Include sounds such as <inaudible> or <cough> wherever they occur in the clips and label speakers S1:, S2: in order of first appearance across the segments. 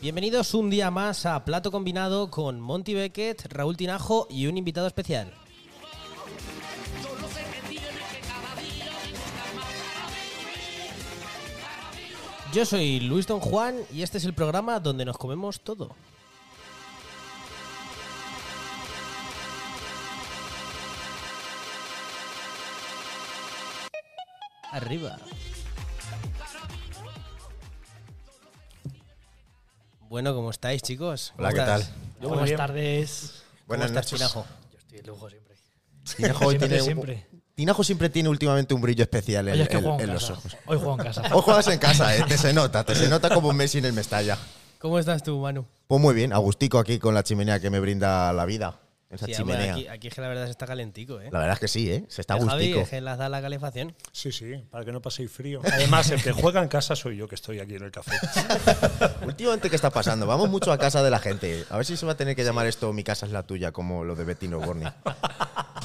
S1: Bienvenidos un día más a Plato Combinado con Monty Beckett, Raúl Tinajo y un invitado especial. Yo soy Luis Don Juan y este es el programa donde nos comemos todo. Arriba. Bueno, ¿cómo estáis, chicos? ¿Cómo
S2: Hola, ¿qué
S1: estás?
S2: tal?
S1: ¿Cómo
S3: Buenas
S1: estás?
S3: tardes.
S1: ¿Cómo
S2: Buenas
S1: estás,
S2: noches.
S1: Tinajo?
S3: Yo estoy de lujo siempre. <laughs>
S2: Tinajo, hoy
S3: Siempre,
S2: tiene un-
S3: siempre.
S2: Tinajo siempre tiene últimamente un brillo especial en,
S3: Oye, es que
S2: en-
S3: juego en,
S2: en los
S3: casa.
S2: ojos.
S3: Hoy juego en casa. <laughs>
S2: Hoy juegas en casa, eh, te se nota, te se nota como un Messi en el Mestalla.
S1: ¿Cómo estás tú, Manu?
S2: Pues muy bien, Agustico aquí con la chimenea que me brinda la vida. Esa
S1: Sí, hombre,
S2: chimenea.
S1: aquí, ¿eh? aquí es que la verdad se está calentico, ¿eh?
S2: La verdad es que sí, ¿eh? Se está a
S1: El Javi
S2: gustico.
S1: es que las da la calefacción.
S4: Sí, sí, para que no paséis frío. <laughs> Además, el que juega en casa soy yo que estoy aquí en el café.
S2: Últimamente, ¿qué está pasando? Vamos mucho a casa de la gente. A ver si se va a tener que llamar esto Mi casa es la tuya, como lo de Bettino Borni.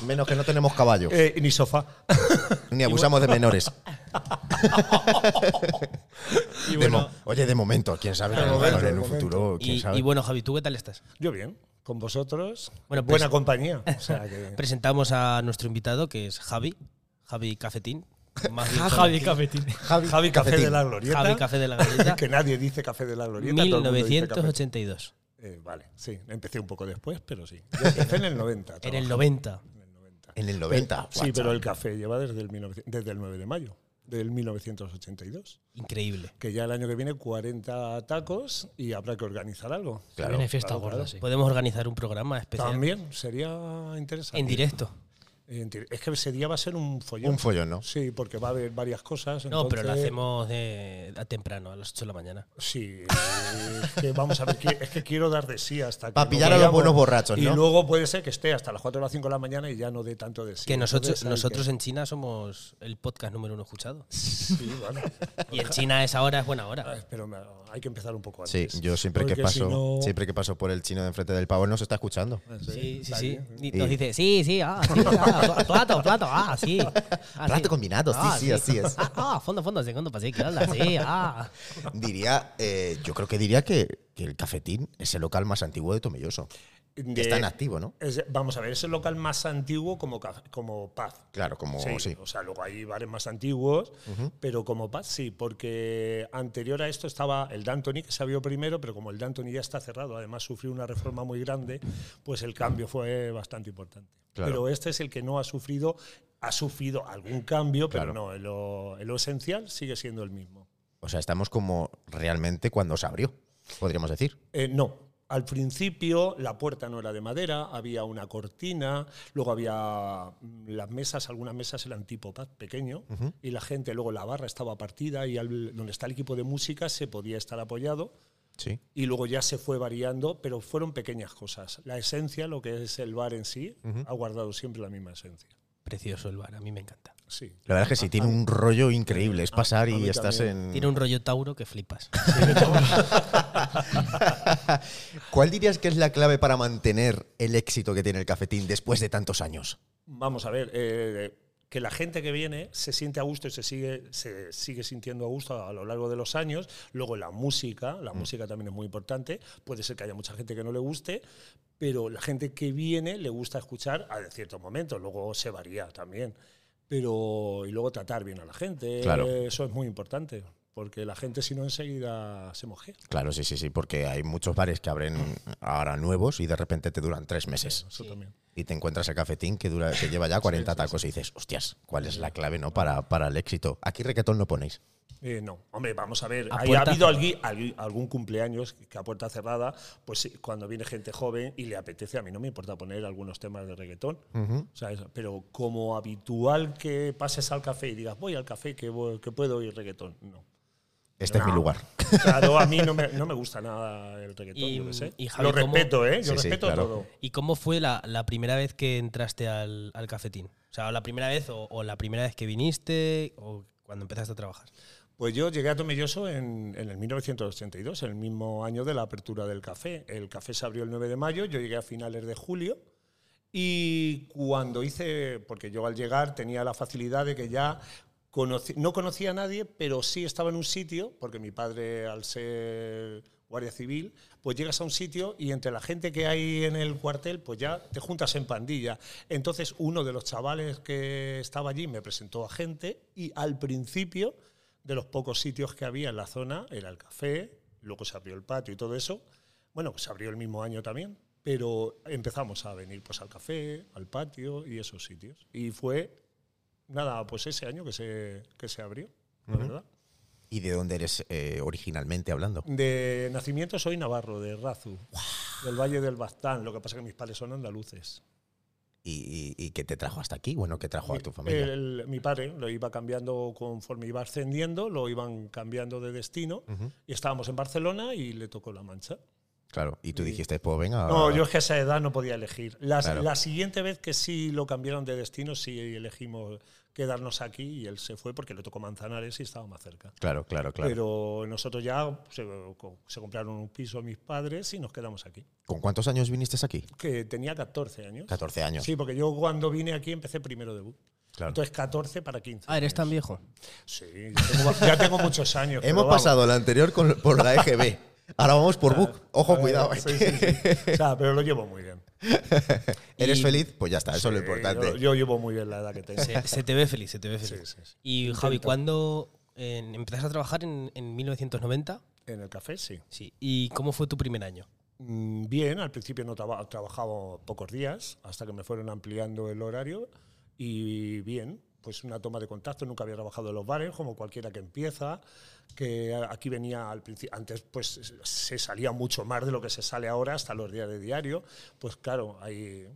S2: Menos que no tenemos caballo,
S4: Eh, ni sofá.
S2: ni abusamos de
S4: <laughs>
S2: menores.
S1: Y
S2: De mo- oye, de momento, quién sabe,
S4: De
S2: a lo mejor
S4: momento,
S2: en un
S4: de momento.
S2: futuro, quién
S1: y,
S2: sabe.
S1: y bueno, Javi, ¿tú qué tal estás?
S4: Yo bien, con vosotros.
S1: Bueno, pues-
S4: Buena compañía. O sea
S1: <laughs>
S4: que-
S1: Presentamos a nuestro invitado, que es Javi, Javi Cafetín. Más
S3: <laughs>
S1: bien
S3: Javi
S1: conocido-
S3: Cafetín.
S4: Javi, Café
S2: Cafetín.
S4: de la Glorieta.
S1: Javi Café de
S4: <laughs>
S1: la Galleta,
S4: Que nadie dice Café de la Glorieta. todo el mundo dice café.
S1: 1982.
S4: Eh, vale, sí. Empecé un poco después, pero sí. Yo empecé en el 90.
S1: En el
S4: trabajando.
S1: 90.
S4: En el 90.
S2: en el 90.
S4: Sí, pero el café lleva desde el, 19 desde el 9 de mayo, del 1982.
S1: Increíble.
S4: Que ya el año que viene 40 tacos y habrá que organizar algo.
S2: Claro,
S3: Viene fiesta
S4: claro,
S3: gorda,
S4: claro.
S3: sí.
S1: Podemos organizar un programa especial
S4: También sería interesante.
S1: en directo.
S4: En dire- Es que ese día va a ser un follón.
S2: Un follón, ¿no?
S4: Sí, porque va a haber varias cosas.
S1: No, pero lo
S4: entonces-
S1: hacemos de, a temprano, a las 8 de la mañana.
S4: Sí, es que vamos a ver, que- es que quiero dar de sí hasta que.
S2: Pa'
S4: lo
S2: pillar a los
S4: veamos.
S2: buenos borrachos,
S4: Y
S2: ¿no?
S4: luego puede ser que esté hasta las 4 o las 5 de la mañana y ya no dé tanto de sí.
S1: Que nosotros,
S4: Entonces hay
S1: nosotros
S4: que-
S1: en China somos el podcast número uno escuchado.
S4: Sí, vale.
S1: Y en China esa hora es buena hora.
S4: Ay, Pero me- hay que empezar un poco
S2: Sí,
S4: antes.
S2: yo siempre que
S4: Porque
S2: paso,
S4: si no-
S2: siempre que paso por el chino de enfrente del pavo, no se está escuchando.
S4: <laughs>
S1: Sí, sí,
S4: está
S1: sí.
S4: bien.
S1: Y nos dice, sí, sí, ah, sí, ah, pl- plato, plato, ah, sí. Ah,
S2: Plato
S1: sí.
S2: combinado, sí, sí, así es.
S1: <laughs> Ah, ah, fondo, fondo, segundo pasé, que onda, sí, ah.
S2: Diría, eh, yo creo que diría que, que el cafetín es el local más antiguo de Tomelloso.
S4: De-
S2: Que está en activo, ¿no?
S4: es- vamos a ver, es el local más antiguo como, ca- como Paz.
S2: Claro, como sí.
S4: Sí, o sea, luego hay bares más antiguos, pero como Paz sí, porque anterior a esto estaba el D'Antoni, que se abrió primero, pero como el D'Antoni ya está cerrado, además sufrió una reforma muy grande, pues el cambio fue bastante importante.
S2: Claro.
S4: Pero este es el que no ha sufrido, ha sufrido algún cambio, pero
S2: Claro.
S4: no, en lo, en lo esencial sigue siendo el mismo.
S2: O sea, estamos como realmente cuando se abrió, podríamos decir.
S4: Eh, no. Al principio la puerta no era de madera, había una cortina, luego había mm, las mesas, algunas mesas eran tipo pad pequeño, y la gente, luego la barra estaba partida y al- donde está el equipo de música se podía estar apoyado
S2: Sí.
S4: y luego ya se fue variando, pero fueron pequeñas cosas. La esencia, lo que es el bar en sí, ha guardado siempre la misma esencia.
S1: Precioso el bar, a mí me encanta.
S4: Sí.
S2: La verdad es que sí, tiene un rollo increíble. Es pasar
S4: a
S2: y
S4: mí
S2: estás
S4: también.
S2: en.
S1: Tiene un rollo Tauro que flipas.
S2: ¿Cuál dirías que es la clave para mantener el éxito que tiene el cafetín después de tantos años?
S4: Vamos a ver, eh, que la gente que viene se siente a gusto y se sigue, se sigue sintiendo a gusto a lo largo de los años. Luego la música, la música también es muy importante. Puede ser que haya mucha gente que no le guste, pero la gente que viene le gusta escuchar a ciertos momentos. Luego se varía también. Pero, y luego tratar bien a la gente.
S2: Claro.
S4: Eso es muy importante. Porque la gente, si no, enseguida se mojea.
S2: Claro, sí, sí, sí, porque hay muchos bares que abren ahora nuevos y de repente te duran tres meses.
S4: Eso también.
S2: y te encuentras el cafetín que dura que lleva ya 40 tacos y dices, hostias, ¿cuál es la clave no para, para el éxito? Aquí requetón no ponéis.
S4: Eh, no, hombre, vamos a ver.
S1: A
S4: ahí ha
S1: puerta
S4: habido algui- algui- algún cumpleaños que a puerta cerrada, pues sí, cuando viene gente joven y le apetece, a mí no me importa poner algunos temas de reggaetón. ¿sabes? Pero como habitual que pases al café y digas, voy al café que, voy- que puedo oír reggaetón. No.
S2: Este es
S4: No.
S2: mi lugar.
S4: Claro, a mí no me, no me gusta nada el reggaetón,
S1: Y,
S4: yo qué sé.
S1: y Javi,
S4: Lo
S1: ¿cómo?
S4: respeto, ¿eh?
S2: Sí,
S4: Yo
S2: sí,
S4: respeto
S2: claro.
S4: todo.
S1: ¿Y cómo fue la, la primera vez que entraste al, al cafetín? O sea, la primera vez o, o la primera vez que viniste o cuando empezaste a trabajar.
S4: Pues yo llegué a Tomelloso en, en el 1982, en el mismo año de la apertura del café. El café se abrió el 9 de mayo, yo llegué a finales de julio y cuando hice, porque yo al llegar tenía la facilidad de que ya conocí- no conocía a nadie, pero sí estaba en un sitio, porque mi padre al ser Guardia Civil, pues llegas a un sitio y entre la gente que hay en el cuartel, pues ya te juntas en pandilla. Entonces uno de los chavales que estaba allí me presentó a gente y al principio, de los pocos sitios que había en la zona, era el café, luego se abrió el patio y todo eso, bueno, pues se abrió el mismo año también, pero empezamos a venir pues al café, al patio y esos sitios. Y fue, nada, pues ese año que se, que se abrió, la verdad.
S2: ¿Y de dónde eres eh, originalmente hablando?
S4: De nacimiento soy navarro, de Razu, del Valle del Baztán. Lo que pasa es que mis padres son andaluces.
S2: ¿Y, y, y qué te trajo hasta aquí? Bueno, ¿qué trajo a tu familia?
S4: El- mi padre lo iba cambiando conforme iba ascendiendo, lo iban cambiando de destino.
S2: Ujú.
S4: Y estábamos en Barcelona y le tocó la mancha.
S2: Claro, y tú
S4: y-
S2: dijiste, pues venga.
S4: No, yo es que a esa edad no podía elegir. Las-
S2: Claro.
S4: La siguiente vez que sí lo cambiaron de destino, sí elegimos quedarnos aquí y él se fue porque le tocó Manzanares y estaba más cerca.
S2: Claro, claro, claro.
S4: Pero nosotros ya pues, se, se compraron un piso mis padres y nos quedamos aquí.
S2: ¿Con cuántos años viniste aquí?
S4: Que tenía 14 años.
S2: 14 años.
S4: Sí, porque yo cuando vine aquí empecé primero de BUP.
S2: Claro.
S4: Entonces 14 para 15.
S1: Ah, eres tan viejo.
S4: Sí, ya tengo, ya tengo muchos años.
S2: <laughs>
S4: pero
S2: Hemos
S4: vamos.
S2: pasado la anterior con- por la EGB. Ahora vamos por Book. Ojo, cuidado.
S4: Ah,
S2: eh.
S4: Sí, sí, sí. O sea, pero lo llevo muy bien.
S2: <laughs> ¿Eres
S1: Y-
S2: feliz? Pues ya está, eso es lo
S4: Sí,
S2: importante.
S4: Yo, yo llevo muy bien la edad que tengo.
S1: Se, se te ve feliz, se te ve feliz.
S4: Sí, sí, sí.
S1: Y Javi, ¿cuándo eh, empezaste a trabajar en, en 1990?
S4: En el café, sí.
S1: Sí. ¿Y cómo fue tu primer año?
S4: Mm, Bien, al principio no traba- trabajaba pocos días, hasta que me fueron ampliando el horario y bien, pues una toma de contacto, nunca había trabajado en los bares, como cualquiera que empieza, que a- aquí venía al principio, antes pues se salía mucho más de lo que se sale ahora hasta los días de diario, pues claro, ahí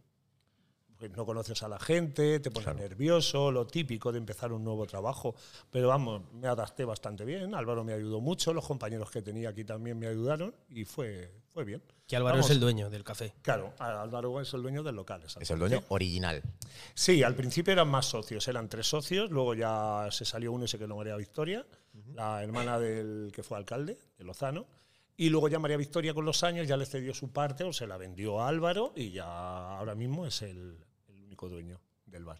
S4: pues, no conoces a la gente, te pones nervioso, lo típico de empezar un nuevo trabajo. Pero vamos, me adapté bastante bien, Álvaro me ayudó mucho, los compañeros que tenía aquí también me ayudaron y fue, fue bien.
S1: Que Álvaro
S4: Vamos.
S1: es el dueño del café.
S4: Claro, Álvaro es el dueño del local. exacto.
S2: Es el dueño original.
S4: Sí, al principio eran más socios, eran tres socios, luego ya se salió uno y se quedó María Victoria, la hermana del que fue alcalde, de Lozano. Y luego ya María Victoria con los años ya le cedió su parte o se la vendió a Álvaro y ya ahora mismo es el, el único dueño del bar.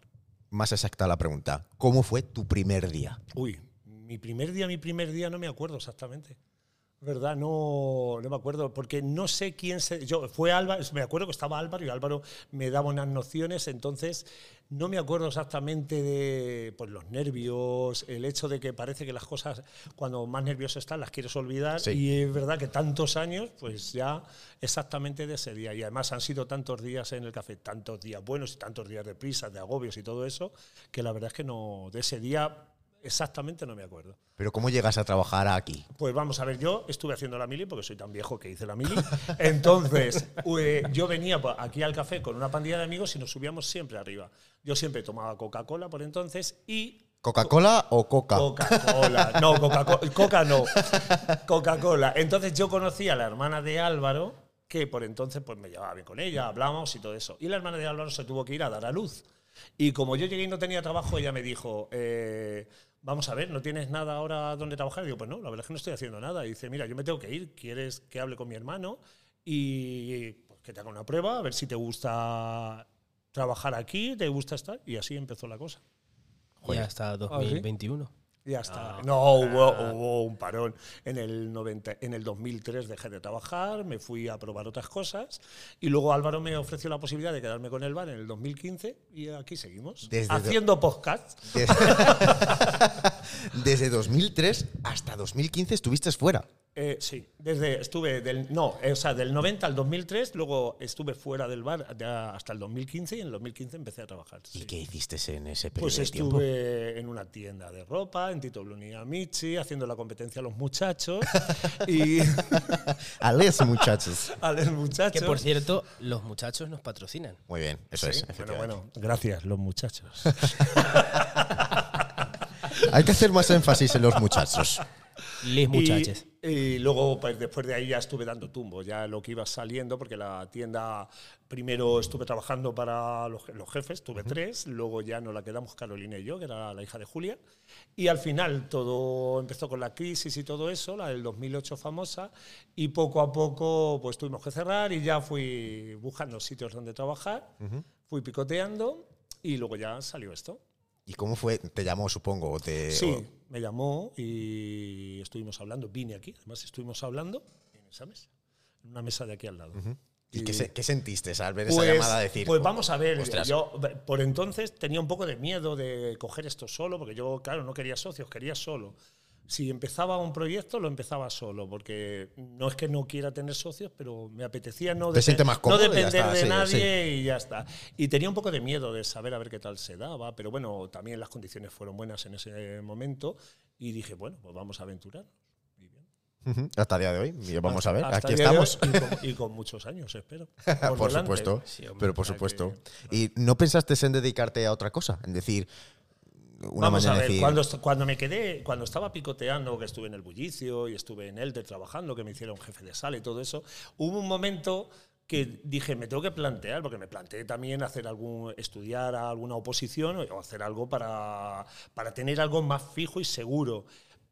S2: Más exacta la pregunta. ¿Cómo fue tu primer día?
S4: Uy, mi primer día, mi primer día no me acuerdo exactamente. ¿Verdad? No, no me acuerdo, porque no sé quién se. Yo, fue Álvaro, me acuerdo que estaba Álvaro y Álvaro me daba unas nociones, entonces no me acuerdo exactamente de pues, los nervios, el hecho de que parece que las cosas, cuando más nervioso estás, las quieres olvidar.
S2: Sí.
S4: Y es verdad que tantos años, pues ya exactamente de ese día. Y además han sido tantos días en el café, tantos días buenos y tantos días de prisas, de agobios y todo eso, que la verdad es que no, de ese día exactamente no me acuerdo.
S2: ¿Pero cómo llegas a trabajar aquí?
S4: Pues vamos a ver, yo estuve haciendo la mili porque soy tan viejo que hice la mili. Entonces, eh, yo venía pa- aquí al café con una pandilla de amigos y nos subíamos siempre arriba. Yo siempre tomaba Coca-Cola por entonces y
S2: ¿Coca-Cola o Coca?
S4: Coca-Cola. No, Coca-Cola. Coca no. Coca-Cola. Entonces yo conocí a la hermana de Álvaro, que por entonces pues me llevaba bien con ella, hablamos y todo eso. Y la hermana de Álvaro se tuvo que ir a dar a luz. Y como yo llegué y no tenía trabajo, ella me dijo, eh, vamos a ver, ¿no tienes nada ahora donde trabajar? Y digo, pues no, la verdad es que no estoy haciendo nada. Y dice, mira, yo me tengo que ir, ¿quieres que hable con mi hermano? Y pues, que te haga una prueba, a ver si te gusta trabajar aquí, te gusta estar. Y así empezó la cosa.
S1: Y hasta 2021.
S4: Ya
S2: Ah,
S4: está. No, hubo, hubo un parón. En el, 90, en el 2003 dejé de trabajar, me fui a probar otras cosas y luego Álvaro me ofreció la posibilidad de quedarme con el bar en el 2015 y aquí seguimos.
S2: Desde do-
S4: haciendo podcast.
S2: Desde, <laughs> desde 2003 hasta 2015 estuviste fuera.
S4: Eh, sí, desde estuve del no, eh, o sea, del 90 al 2003, luego estuve fuera del bar de- hasta el 2015 y en el 2015 empecé a trabajar.
S2: ¿Y
S4: sí.
S2: qué hiciste en ese periodo
S4: Pues
S2: de
S4: estuve
S2: tiempo?
S4: en una tienda de ropa, en Tito Blunía Michi, haciendo la competencia a
S2: <laughs>
S4: los muchachos y <laughs>
S2: Ales, muchachos.
S4: a los muchachos.
S1: Que por cierto, los muchachos nos patrocinan.
S2: Muy bien, eso es.
S4: Sí, ¿eh? Bueno,
S2: efectivamente.
S4: bueno, gracias, los muchachos.
S2: Hay que hacer más énfasis en los muchachos.
S1: Les muchachos.
S4: <laughs> Y, y luego, pues después de ahí ya estuve dando tumbo, ya lo que iba saliendo, porque la tienda, primero estuve trabajando para los, je- los jefes, tuve tres, luego ya nos la quedamos Carolina y yo, que era la hija de Julia, y al final todo empezó con la crisis y todo eso, la del 2008 famosa, y poco a poco pues tuvimos que cerrar y ya fui buscando sitios donde trabajar, fui picoteando y luego ya salió esto.
S2: ¿Y cómo fue? Te llamó, supongo. o te-
S4: Sí,
S2: o-
S4: me llamó y estuvimos hablando. Vine aquí, además estuvimos hablando. En esa mesa, en una mesa de aquí al lado.
S2: ¿Y qué, se- qué sentiste al ver
S4: Pues-
S2: esa llamada a decir?
S4: Pues vamos a ver,
S2: Ostras.
S4: yo por entonces tenía un poco de miedo de coger esto solo, porque yo, claro, no quería socios, quería solo. Si empezaba un proyecto, lo empezaba solo, porque no es que no quiera tener socios, pero me apetecía no,
S2: Te
S4: depen-
S2: sientes más
S4: no
S2: cómodo y ya
S4: depender
S2: está,
S4: de
S2: sí,
S4: nadie y ya está. Y tenía un poco de miedo de saber a ver qué tal se daba, pero bueno, también las condiciones fueron buenas en ese momento y dije, bueno, pues vamos a aventurar.
S2: Ujú, Hasta día de hoy. y Vamos a ver.
S4: Hasta
S2: Aquí
S4: el día de hoy
S2: estamos.
S4: Y con, y con muchos
S2: <laughs>
S4: años, espero.
S2: Por,
S4: delante.
S2: supuesto.
S1: Sí, hombre,
S2: pero por
S1: o sea
S2: supuesto. ¿Y no pensaste en dedicarte a otra cosa? En decir, una
S4: Vamos a
S2: mañana
S4: ver,
S2: decir,
S4: cuando, est- cuando me quedé, cuando estaba picoteando, que estuve en el bullicio y estuve en Elder trabajando, que me hicieron jefe de sala y todo eso, hubo un momento que dije, me tengo que plantear, porque me planteé también hacer algún, estudiar a alguna oposición o hacer algo para, para tener algo más fijo y seguro.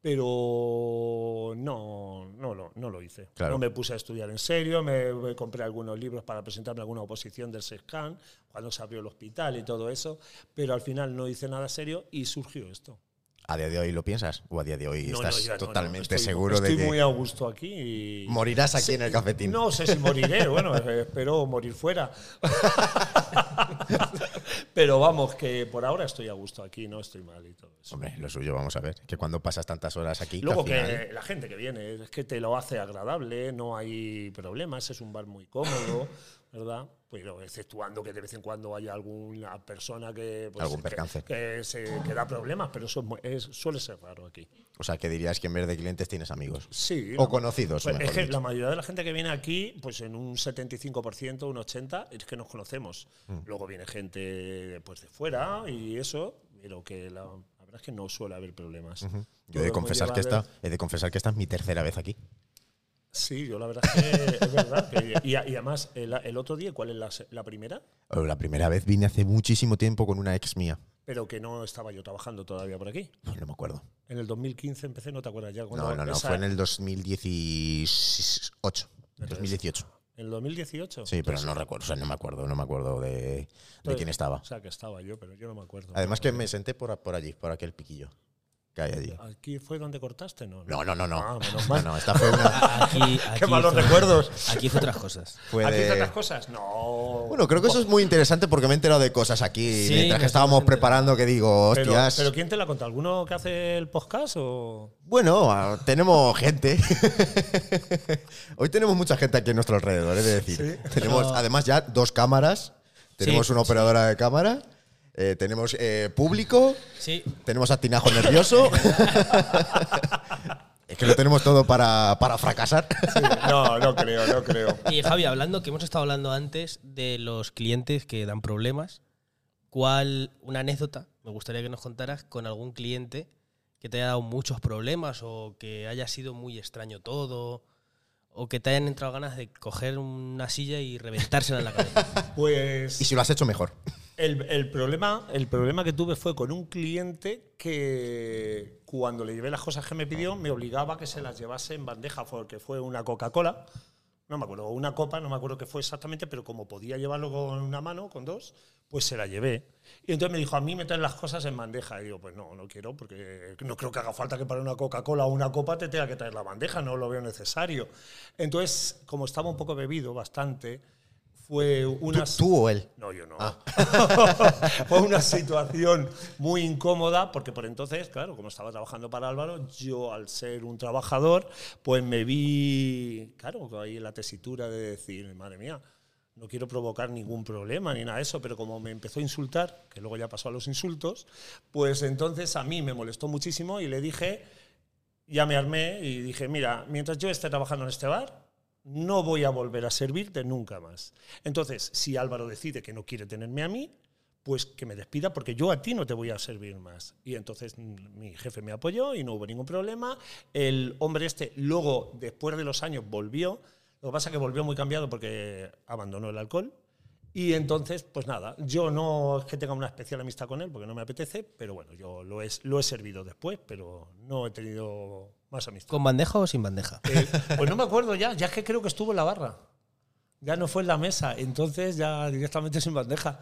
S4: Pero no, no, lo- no lo hice.
S2: Claro.
S4: No me puse a estudiar en serio, me, me compré algunos libros para presentarme a alguna oposición del SESCAN, cuando se abrió el hospital y todo eso, pero al final no hice nada serio y surgió esto.
S2: ¿a día de hoy lo piensas? ¿O a día de hoy
S4: No,
S2: estás
S4: no, ya no, no,
S2: totalmente
S4: estoy-
S2: seguro de
S4: estoy
S2: que
S4: muy a gusto aquí. y-
S2: morirás aquí en el cafetín?
S4: No sé si
S2: <laughs>
S4: moriré, bueno, eh, espero morir fuera. <laughs> pero vamos, que por ahora estoy a gusto aquí, no estoy mal y todo eso.
S2: Hombre, lo suyo, vamos a ver. Que cuando pasas tantas horas aquí. que
S4: Luego
S2: al final-
S4: que la gente que viene es que te lo hace agradable, no hay problemas, es un bar muy
S2: <laughs>
S4: cómodo, ¿verdad? Pero exceptuando que de vez en cuando haya alguna persona que, pues,
S2: Algún
S4: que-
S2: percance.
S4: que, se, que da problemas, pero eso es mu- es- suele ser raro aquí.
S2: O sea, que dirías que en vez de clientes tienes amigos.
S4: Sí.
S2: O
S4: la-
S2: conocidos,
S4: pues,
S2: mejor
S4: es que
S2: dicho.
S4: la mayoría de la gente que viene aquí, pues en un 75%, un 80%, es que nos conocemos.
S2: Mm.
S4: Luego viene gente pues, de fuera y eso, pero que la, la verdad es que no suele haber problemas.
S2: Yo he de
S4: Todo muy
S2: confesar que esta,
S4: llevado.
S2: he de confesar que esta es mi tercera vez aquí.
S4: Sí, yo la verdad es que es verdad. que- y, a- y además, el, el otro día, ¿cuál es la, se- la primera?
S2: La primera vez vine hace muchísimo tiempo con una ex mía.
S4: Pero que no estaba yo trabajando todavía por aquí.
S2: Pues no me acuerdo.
S4: En el 2015 empecé, ¿no te acuerdas ya? cuando
S2: No, no, no.
S4: esa-
S2: Fue en el 2018. 2018.
S4: ¿En el 2018?
S2: Sí, pero no recuerdo. O sea, no me acuerdo. No me acuerdo de, de quién estaba.
S4: O sea, que estaba yo, pero yo no me acuerdo.
S2: Además que me senté por, por allí, por aquel piquillo que hay allí.
S4: ¿Aquí fue donde cortaste? No,
S2: No, no, no,
S4: Ah,
S2: no.
S4: menos
S2: No,
S4: mal.
S2: no, esta fue
S4: <laughs>
S2: una.
S1: Aquí, aquí
S2: malos
S1: hizo-
S2: recuerdos.
S1: Aquí hizo otras cosas.
S2: Fue
S4: ¿Aquí
S2: de-
S4: otras cosas? No.
S2: Bueno, creo que eso es muy interesante porque me he enterado de cosas aquí.
S1: Sí,
S2: mientras que
S1: nos
S2: estábamos
S1: hemos enterado.
S2: preparando, que digo,
S4: pero,
S2: hostias.
S4: pero ¿quién te la contó? ¿Alguno que hace el podcast o...?
S2: Bueno, ah, tenemos gente. <laughs> Hoy tenemos mucha gente aquí a nuestro alrededor, es decir. Tenemos
S1: No.
S2: además ya dos cámaras. Tenemos
S1: Sí,
S2: una operadora de cámara. eh, tenemos eh, público.
S1: Sí,
S2: Tenemos a Tinajo nervioso. <laughs> es que lo tenemos todo para, para fracasar.
S4: No, no creo, no creo.
S1: Y Javi, hablando, que hemos estado hablando antes de los clientes que dan problemas, ¿cuál, una anécdota, me gustaría que nos contaras con algún cliente que te haya dado muchos problemas o que haya sido muy extraño todo? O que te hayan entrado ganas de coger una silla y reventársela en la cabeza.
S4: Pues...
S2: y si lo has hecho mejor.
S4: El, el problema, el problema que tuve fue con un cliente que cuando le llevé las cosas que me pidió me obligaba a que se las llevase en bandeja, porque fue una Coca-Cola, no me acuerdo, una copa, no me acuerdo qué fue exactamente, pero como podía llevarlo con una mano, con dos, pues se la llevé. Y entonces me dijo, a mí me traen las cosas en bandeja. Y digo, pues no, no quiero, porque no creo que haga falta que para una Coca-Cola o una copa te tenga que traer la bandeja, no lo veo necesario. Entonces, como estaba un poco bebido, bastante, fue
S2: ¿Tú,
S4: una...
S2: tú o él?
S4: No, yo no. <laughs> Fue una situación muy incómoda porque por entonces, claro, como estaba trabajando para Álvaro, yo al ser un trabajador, pues me vi, claro, ahí en la tesitura de decir, madre mía, no quiero provocar ningún problema ni nada de eso, pero como me empezó a insultar, que luego ya pasó a los insultos, pues entonces a mí me molestó muchísimo y le dije, ya me armé y dije, mira, mientras yo esté trabajando en este bar, no voy a volver a servirte nunca más. Entonces, si Álvaro decide que no quiere tenerme a mí, pues que me despida porque yo a ti no te voy a servir más. Y entonces mm, mi jefe me apoyó y no hubo ningún problema. El hombre este luego, después de los años, volvió. Lo que pasa es que volvió muy cambiado porque abandonó el alcohol. Y entonces, pues nada, yo no es que tenga una especial amistad con él, porque no me apetece, pero bueno, yo lo he, lo he servido después, pero no he tenido más amistad.
S1: ¿Con bandeja o sin bandeja?
S4: Eh, pues no me acuerdo ya, ya es que creo que estuvo en la barra. Ya no fue en la mesa, entonces ya directamente sin bandeja.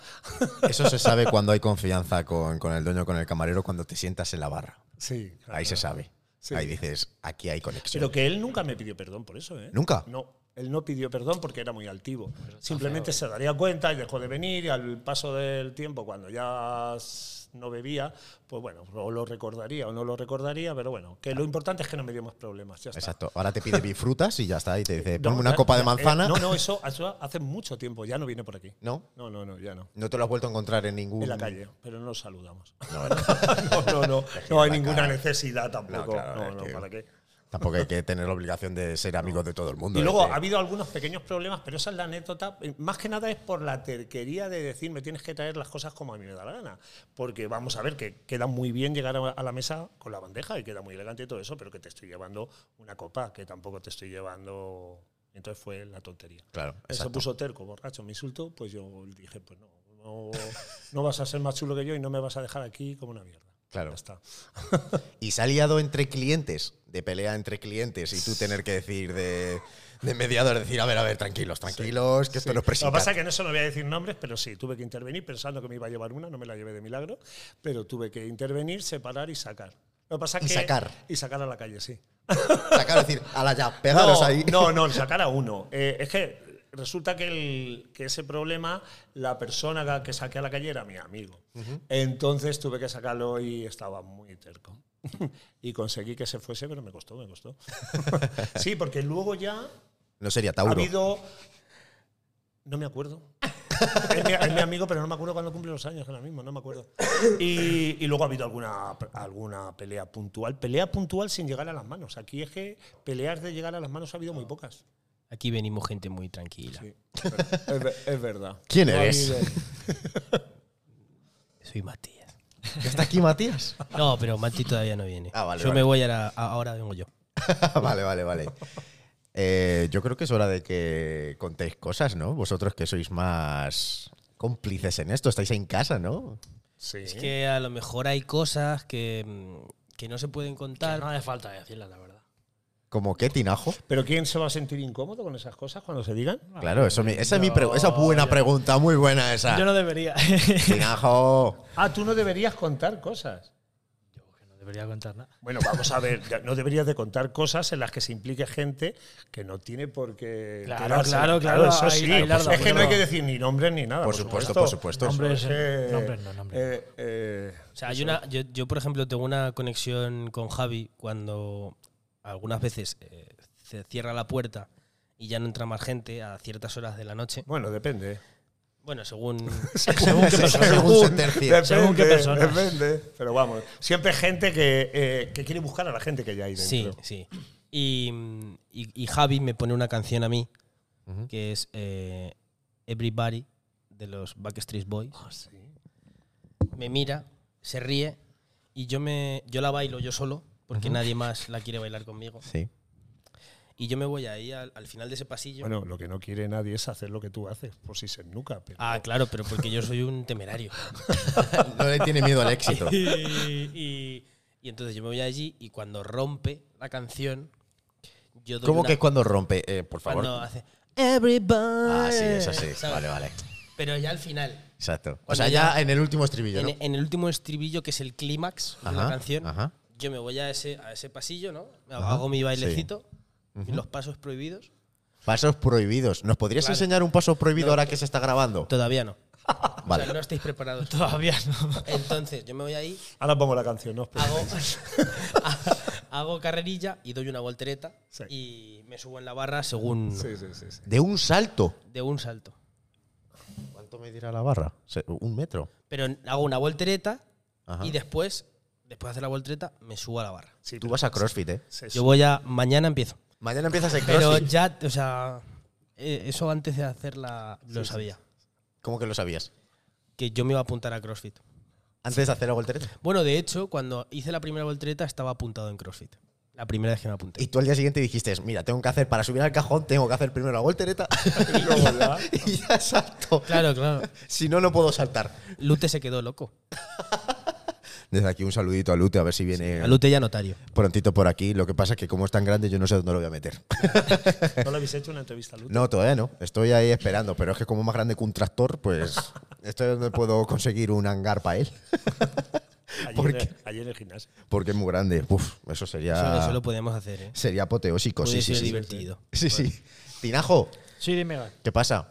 S2: Eso se sabe cuando hay confianza con, con el dueño, con el camarero, cuando te sientas en la barra.
S4: Sí.
S2: Ahí se sabe.
S4: Sí.
S2: Ahí dices, aquí hay conexión.
S4: Pero que él nunca me pidió perdón por eso, ¿eh?
S2: ¿Nunca?
S4: No. Él no pidió perdón porque era muy altivo. Simplemente se daría cuenta y dejó de venir y al paso del tiempo, cuando ya s- no bebía, pues bueno, o lo recordaría o no lo recordaría, pero bueno, que lo importante es que no me dio más problemas. Ya está.
S2: Exacto. Ahora te pide bifrutas y ya está. Y te dice,
S4: No,
S2: ponme una
S4: ya-
S2: copa de
S4: ya- eh,
S2: manzana.
S4: no, no, eso, eso hace mucho tiempo, ya no viene por aquí.
S2: <laughs> ¿No?
S4: No, no, no, ya no.
S2: No te lo has vuelto a encontrar en ningún.
S4: En la calle, pero no nos saludamos. No, no, <laughs> no, no, hay
S2: la
S4: ninguna
S2: cara.
S4: necesidad tampoco.
S2: claro,
S4: No,
S2: es
S4: no,
S2: que-
S4: ¿para qué?
S2: Tampoco hay que tener la obligación de ser amigos de todo el mundo.
S4: Y
S2: ¿eh?
S4: luego
S2: Que-
S4: ha habido algunos pequeños problemas, pero esa es la anécdota. Eh, Más que nada es por la terquería de decir, me tienes que traer las cosas como a mí me da la gana. Porque vamos a ver, que queda muy bien llegar a a la mesa con la bandeja y queda muy elegante y todo eso, pero que te estoy llevando una copa, que tampoco te estoy llevando. Entonces fue la tontería.
S2: Claro,
S4: Él se
S2: exacto.
S4: puso terco, borracho, me insultó, pues yo dije, pues no, no, no vas a ser más chulo que yo y no me vas a dejar aquí como una mierda.
S2: Claro.
S4: Ya está.
S2: Y se ha liado entre clientes, de pelea entre clientes, y tú tener que decir de, de mediador, decir, a ver, a ver, tranquilos, tranquilos, que esto no es
S4: Lo que pasa
S2: presita.
S4: es que no se lo voy a decir nombres, pero sí, tuve que intervenir pensando que me iba a llevar una, no me la llevé de milagro, pero tuve que intervenir, separar y sacar. Lo que pasa es
S2: Y
S4: que,
S2: sacar.
S4: Y sacar a la calle, sí.
S2: Sacar, decir, a la ya, pegaros
S4: no,
S2: ahí.
S4: No, no, sacar a uno. Eh, es que resulta que, el- que ese problema, la persona que saqué a la calle era mi amigo. Entonces tuve que sacarlo y estaba muy terco. <laughs> y conseguí que se fuese, pero me costó, me costó. <laughs> sí, porque luego ya
S2: <laughs> No sería
S4: ha
S2: Tauro.
S4: habido. No me acuerdo. <laughs> es, mi, es mi amigo, pero no me acuerdo cuándo cumple los años ahora mismo, no me acuerdo. Y, y luego ha habido alguna, alguna pelea puntual. Pelea puntual sin llegar a las manos. Aquí es que peleas de llegar a las manos ha habido muy pocas.
S1: Aquí venimos gente muy tranquila.
S4: Sí, es ver- es, ver- es verdad.
S2: ¿Quién
S4: No ha
S2: eres?
S4: habido-
S1: Soy Matías.
S2: ¿Está aquí Matías?
S1: No, pero Mati todavía no viene.
S2: Ah, vale,
S1: yo
S2: vale.
S1: me voy ahora, a- ahora vengo yo.
S2: <laughs> vale, vale, vale. Eh, yo creo que es hora de que contéis cosas, ¿no? Vosotros que sois más cómplices en esto, estáis en casa, ¿no?
S4: Sí.
S1: Es que a lo mejor hay cosas que, mm, que no se pueden
S3: Que
S1: contar.
S3: no hace falta decirla, la verdad.
S2: Como qué, Tinajo.
S4: ¿Pero quién se va a sentir incómodo con esas cosas cuando se digan?
S2: Claro, eso, mi- esa es mi
S3: yo-
S2: pregu- esa buena
S3: yo-
S2: pregunta, muy buena esa.
S3: <laughs> Yo no debería.
S2: Tinajo.
S4: Ah, tú no deberías contar cosas.
S3: Yo que no debería contar nada.
S4: Bueno, vamos a ver, ya no deberías de contar cosas en las que se implique gente que no tiene por qué.
S3: Claro,
S4: enterarse.
S3: claro, claro,
S4: eso
S3: ahí-
S4: sí.
S3: ahí la
S4: es que no hay
S3: damos.
S4: que decir ni nombres ni nada.
S2: Por supuesto, por supuesto.
S3: Nombres,
S4: Eh,
S3: nombres no, nombres.
S4: eh, eh,
S1: O sea, hay una, yo, yo, por ejemplo, tengo una conexión con Javi cuando algunas veces eh, se cierra la puerta y ya no entra más gente a ciertas horas de la noche.
S4: bueno,
S3: <laughs>
S4: depende.
S1: Bueno, según...
S4: Según qué
S2: Según
S4: persona. <laughs>
S2: se tercie.
S3: Según qué persona.
S4: Depende. Pero vamos, siempre gente que, eh, que quiere buscar a la gente que ya hay
S1: sí,
S4: dentro.
S1: sí. Y, mm, y- y Javi me pone una canción a mí que es eh, Everybody de los Backstreet Boys. Me mira, se ríe y yo, me, yo la bailo yo solo porque nadie más la quiere bailar conmigo.
S2: Sí.
S1: Y yo me voy ahí al, al final de ese pasillo.
S4: Bueno, lo que no quiere nadie es hacer lo que tú haces, por si se nuca. Pero
S1: Ah, claro, pero porque yo soy un temerario.
S2: No le tiene miedo al éxito.
S1: <laughs> y, y- y entonces yo me voy allí y cuando rompe la canción, yo doy
S2: ¿Cómo
S1: una-
S2: que cuando rompe? Eh, por favor.
S1: cuando hace Everybody.
S2: Ah, sí, es así.
S1: ¿sabes?
S2: Vale, vale.
S1: Pero ya al final,
S2: Exacto. O
S1: Cuando
S2: sea, ya en el último estribillo,
S1: en,
S2: ¿no?
S1: en el último estribillo, que es el clímax de la
S2: Ajá,
S1: canción,
S2: ajá.
S1: yo me voy a ese, a ese pasillo, ¿no?
S2: Ajá,
S1: Hago mi
S2: sí.
S1: bailecito, y los pasos prohibidos.
S2: Pasos prohibidos. ¿Nos podrías
S1: Claro.
S2: enseñar un paso prohibido ahora que se está grabando?
S1: Todavía no. O sea, no
S2: Vale.
S1: estáis
S2: <laughs>
S1: preparados.
S3: Todavía no.
S1: Entonces, yo me voy ahí
S4: Ahora pongo la canción, ¿no? os
S1: hago,
S4: preocupéis.
S1: <laughs> hago carrerilla y doy una voltereta
S4: Sí.
S1: y me subo en la barra según
S4: Sí, sí, sí. sí.
S2: De un salto.
S1: de un salto.
S2: ¿Cuánto medirá la barra? Se- Un metro.
S1: Pero hago una voltereta
S2: Ajá.
S1: y después, después de hacer la voltereta, me subo a la barra.
S4: Sí,
S2: Tú
S4: pero
S2: vas a CrossFit, ¿eh?
S4: se
S1: Yo voy a. Mañana empiezo. Ah,
S2: Mañana empiezas en
S1: Pero
S2: CrossFit.
S1: ya, o sea, eh, eso antes de hacerla lo sabía.
S2: ¿Cómo que lo sabías?
S1: Que yo me iba a apuntar a CrossFit.
S2: Antes de hacer la voltereta.
S1: Bueno, de hecho, cuando hice la primera voltereta estaba apuntado en CrossFit. La primera vez que me apunté.
S2: Y tú al día siguiente dijiste, mira, tengo que hacer, para subir al cajón, tengo que hacer primero la voltereta
S4: <laughs> Y luego ya.
S2: <laughs> y ya salto.
S1: <laughs> Claro, claro.
S2: Si no, no puedo saltar.
S1: Lute se quedó loco.
S2: Desde aquí un saludito a Lute, a ver si viene
S1: A Lute ya notario.
S2: prontito por aquí. Lo que pasa es que como es tan grande, yo no sé dónde lo voy a meter.
S4: ¿No le habéis hecho una entrevista a Lute?
S2: No, todavía no. Estoy ahí esperando, pero es que como es más <laughs> grande que un tractor, pues estoy donde puedo conseguir un hangar para él.
S4: Allí allí, en
S2: Porque,
S4: el, allí en el gimnasio.
S2: porque es muy grande. Uf, eso sería.
S1: Eso, eso lo podíamos hacer, ¿eh?
S2: Sería apoteósico,
S1: Puede
S2: sí, sí,
S1: ser
S2: sí.
S1: divertido.
S2: Sí, sí. Tinajo,
S3: Sí, dime. Gal.
S2: ¿qué pasa?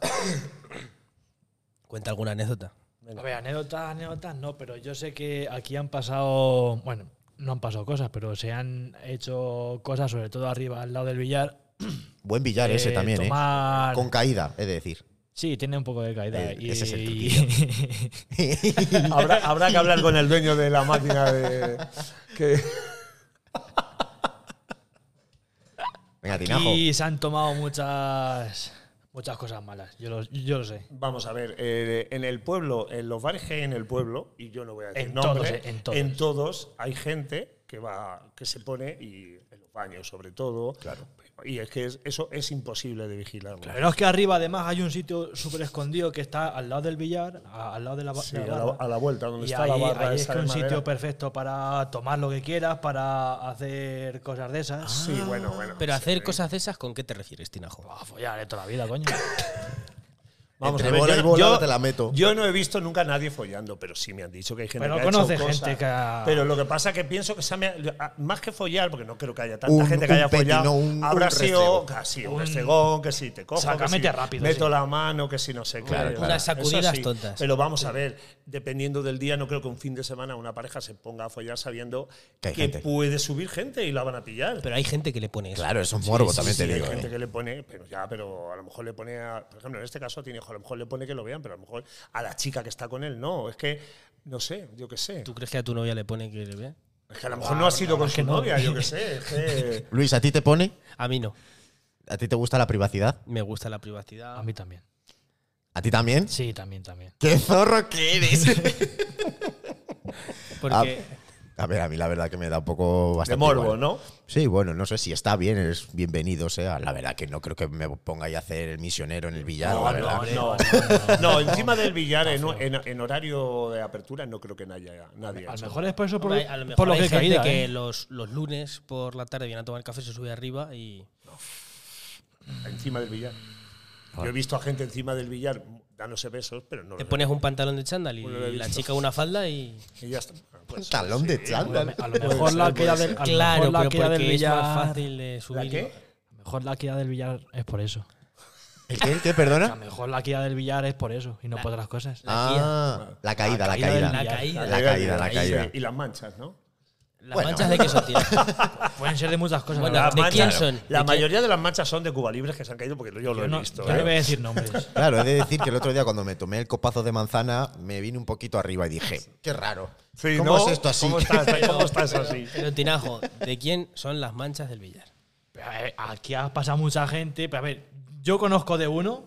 S1: Cuenta alguna anécdota.
S4: Venga.
S3: A ver, anécdotas, anécdotas, no, pero yo sé que aquí han pasado, bueno, no han pasado cosas, pero se han hecho cosas, sobre todo arriba, al lado del billar.
S2: Buen billar
S3: eh,
S2: ese también, ¿eh?
S3: tomar-
S2: Con caída, he de decir.
S3: Sí, tiene un poco de caída.
S2: Eh,
S3: y,
S2: ese es el
S3: <laughs>
S4: Habrá, habrá que hablar con el dueño de la máquina de. Que,
S2: Venga, Tinajo.
S3: y se han tomado muchas muchas cosas malas, yo lo, yo lo sé.
S4: Vamos a ver, eh, en el pueblo, en los bares que hay en el pueblo, y yo no voy a decir
S3: En
S4: nombre,
S3: todos, eh, en todos.
S4: todos hay gente que va, que se pone y en los baños sobre todo. Claro. Y es que es- eso es imposible de vigilarlo.
S3: Pero es que arriba además hay un sitio súper escondido que está al lado del billar, a- al lado de la, ba-
S4: Sí,
S3: de
S4: a
S3: la
S4: la,
S3: barra.
S4: a la vuelta donde
S3: Y
S4: está
S3: ahí,
S4: la barra.
S3: ahí es
S4: esa
S3: que
S4: de
S3: un sitio
S4: madera.
S3: perfecto para tomar lo que quieras, para hacer cosas de
S1: Ah.
S3: esas.
S4: Sí, bueno, bueno.
S1: Pero
S4: sí.
S1: hacer cosas de esas, ¿con qué te refieres, Tinajo?
S3: Buah, follar de toda la vida, coño. <coughs>
S4: Vamos
S2: Entre bola y bola
S4: yo-
S2: te la meto.
S4: Yo no he visto nunca a nadie follando, pero sí me han dicho que hay gente
S3: Pero
S4: que ha
S3: conoce
S4: hecho
S3: gente
S4: cosas.
S3: que ha-
S4: Pero lo que pasa es que pienso que se me ha- más que follar, porque no creo que haya tanta
S2: Un-
S4: gente que
S2: un
S4: haya
S2: peti,
S4: follado,
S2: no, un-
S4: habrá
S2: un
S4: sido
S2: restregón.
S4: casi un,
S3: Un-
S4: restregón, que si te cojo, que
S3: Sacamete
S4: si
S3: rápido,
S4: meto
S3: sí.
S4: la mano, que si no sé qué.
S2: Claro, claro.
S1: Unas sacudidas
S4: Eso sí,
S1: tontas.
S4: Pero vamos a ver, dependiendo del día, no creo que un fin de semana una pareja se ponga a follar sabiendo
S2: Que
S4: que,
S2: hay gente.
S4: puede subir gente y la van a pillar.
S1: Pero hay gente que le pone eso.
S2: Claro, eso es morbo,
S4: Sí,
S2: también
S4: sí,
S2: te
S4: hay
S2: digo.
S4: gente
S2: ¿eh?
S4: que le pone, pero ya, pero a lo mejor le pone, a- por ejemplo, en este caso tiene hijo, a lo mejor le pone que lo vean, pero a lo mejor a la chica que está con él no, es que no sé, yo qué sé.
S1: ¿Tú crees que a tu novia le pone que le vea?
S4: Es que a lo mejor no ha sido con
S3: es
S4: su
S3: que no.
S4: novia, yo qué sé. es que-
S2: Luis, ¿a ti te pone?
S1: A mí no.
S2: ¿A ti te gusta la privacidad?
S1: Me gusta la privacidad.
S3: A mí también.
S2: ¿A ti también?
S3: Sí, también, también.
S2: ¡Qué zorro que eres! Ah,
S1: Porque
S2: a ver, a mí la verdad que me da un poco
S4: de
S2: bastante.
S4: morbo,
S2: igual.
S4: ¿no?
S2: Sí, bueno, no sé si está bien, es bienvenido sea. La verdad que no creo que me ponga ahí a hacer el misionero en el billar,
S4: No,
S2: la
S4: no,
S2: verdad.
S4: no, No, encima del billar en, en- en horario de apertura no creo que no haya nadie.
S3: A lo mejor es por eso, por,
S1: hombre, a lo
S3: por
S1: mejor
S3: lo
S1: hay
S3: que he
S1: gente
S3: caído.
S1: que
S3: ¿eh?
S1: los, los lunes por la tarde viene a tomar café, se sube arriba y.
S4: Encima del billar. Yo he visto a gente encima del billar dándose besos, pero no
S1: Te
S4: lo-
S1: pones un pantalón de chándal y
S4: Bueno, lo he
S1: la
S4: visto.
S1: chica una falda y.
S4: y ya está. Pues,
S2: Talón de
S3: A lo-
S2: chándal.
S3: a lo mejor la queda del, a lo
S1: Claro,
S3: mejor la
S1: pero
S3: queda del
S1: porque es más
S3: billar.
S1: fácil de
S4: ¿La
S1: subir.
S4: qué?
S3: A lo mejor la queda del billar es por eso.
S2: ¿El qué? ¿El qué?
S3: A lo
S2: ¿Perdona?
S3: mejor la queda del billar es por eso y no por otras cosas.
S2: Ah, la caída, la
S3: La
S1: La
S2: caída.
S3: caída del billar.
S1: caída.
S2: La caída, la
S4: Sí,
S2: caída.
S4: Y las manchas, ¿no?
S1: Las
S2: Bueno.
S1: manchas de queso, tío.
S4: <laughs>
S3: Pueden ser de muchas cosas.
S1: Bueno,
S3: la
S1: ¿de
S3: verdad.
S4: mancha-
S1: quién son?
S4: La
S1: ¿De
S4: mayoría de las manchas son de Cuba Libres que se han caído porque yo, lo
S3: yo
S4: he
S3: no,
S4: visto.
S3: yo no
S4: ¿eh?
S3: voy a decir nombres.
S4: <laughs>
S2: Claro, he de decir que el otro día cuando me tomé el copazo de manzana me vine un poquito arriba y dije, qué raro.
S4: Sí,
S2: ¿Cómo
S4: ¿no?
S2: es esto así? <laughs>
S4: ¿Cómo estás, ¿Cómo estás así?
S1: Pero Tinajo, ¿de quién son las manchas del billar?
S3: Pero, a ver, Aquí ha pasado mucha gente. Pero a ver, yo conozco de uno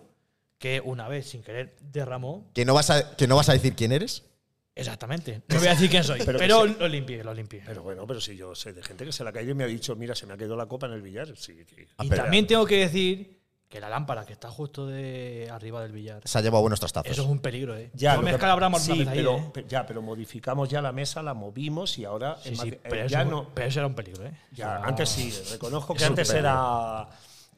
S3: que una vez sin querer derramó.
S2: ¿Que no, vas a, ¿Que no vas a decir quién eres?
S3: Exactamente. No voy a decir quién soy,
S4: <laughs> Pero
S3: pero,
S4: que
S3: lo limpié, lo limpié.
S4: Pero bueno, pero si yo sé de gente que se la ha caído y me ha dicho, mira, se me ha quedado la copa en el billar. Sí, sí.
S2: Ah,
S3: y
S2: pero-
S3: también tengo que decir que la lámpara que está justo de arriba del billar,
S2: Se ha llevado buenos tostazos.
S3: eso es un peligro, ¿eh?
S4: Ya,
S3: no
S4: lo
S3: me
S4: que-
S3: escalabramos
S4: sí,
S3: una vez ahí,
S4: pero,
S3: ¿eh?
S4: pe- ya, pero modificamos ya la mesa, la movimos y ahora
S3: Sí,
S4: en
S3: sí,
S4: mate- eh,
S3: pero,
S4: ya
S3: eso,
S4: no.
S3: pero eso era un peligro, ¿eh?
S4: Ya,
S3: Eso-
S4: antes sí, reconozco que
S3: es un
S4: antes
S3: peligro.
S4: era.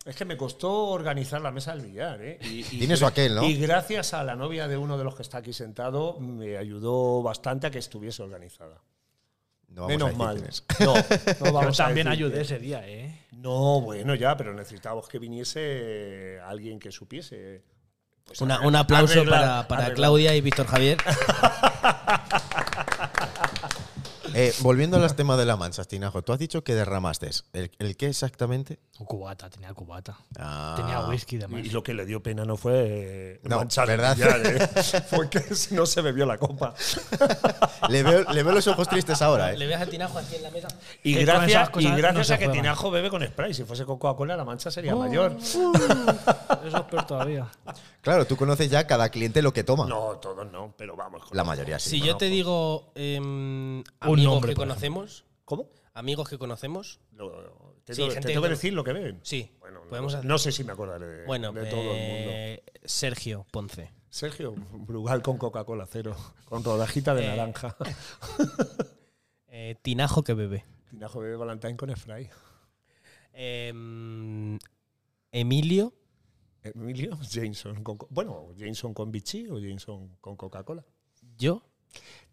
S4: Es que me costó organizar la mesa del billar, ¿eh? Y, y-
S2: Tienes o aquel, ¿no?
S4: Y gracias a la novia de uno de los que está aquí sentado, me ayudó bastante a que estuviese organizada.
S2: No vamos a
S4: Menos
S2: decir
S4: mal.
S2: quién es.
S4: No, no
S3: Yo
S4: vamos a
S3: también
S4: decir
S3: ayudé
S4: que-
S3: ese día, ¿eh?
S4: No, bueno, ya, pero necesitábamos que viniese alguien que supiese. pues,
S1: Una-
S4: arreglar-
S1: un aplauso
S4: arreglar-
S1: para, para
S4: arreglar.
S1: Claudia y Víctor
S4: <laughs>
S1: Javier.
S2: Eh, volviendo al tema de la mancha, Tinajo, tú has dicho que derramaste. ¿El, el qué exactamente?
S3: Un cubata, tenía cubata.
S2: Ah.
S3: Tenía whisky y demás.
S4: Y lo que le dio pena no fue eh,
S2: No,
S4: manchar el
S2: ¿verdad?
S4: billar, eh. fue que si no se bebió la copa.
S2: Le veo, le veo los ojos tristes ahora,
S1: Le
S2: ¿eh?
S1: ves a Tinajo aquí en la mesa.
S4: Y
S3: Que con
S4: gracias,
S3: esas
S4: y
S3: cosas no
S4: gracias
S3: se
S4: a que
S3: juega.
S4: Tinajo bebe con spray. Si fuese con Coca-Cola, la mancha sería mayor.
S3: <laughs> Eso es peor todavía.
S2: Claro, tú conoces ya cada cliente lo que toma.
S4: No, todos no, pero vamos. con-
S2: La mayoría sí.
S1: Si yo te digo em, amigos
S3: nombre,
S1: que
S3: por ejemplo.
S1: conocemos,
S4: ¿Cómo?
S1: amigos que conocemos,
S4: Lo- te
S1: Sí,
S4: tengo,
S1: gente
S4: te tengo
S1: que-
S4: que decir lo que beben.
S1: sí,
S4: Bueno, no,
S1: podemos
S4: no,
S1: hacer-
S4: sé si me acordaré de,
S1: Bueno,
S4: de todo el mundo.
S1: eh, Sergio Ponce.
S4: Sergio, Brugal con Coca-Cola cero, con rodajita de
S1: Eh.
S4: naranja.
S1: Eh, Tinajo que bebe.
S4: Tinajo bebe Valentine con spray.
S1: Em, Emilio,
S4: Emilio Jameson con co- bueno, Jameson con Vichy o Jameson con Coca-Cola.
S1: yo.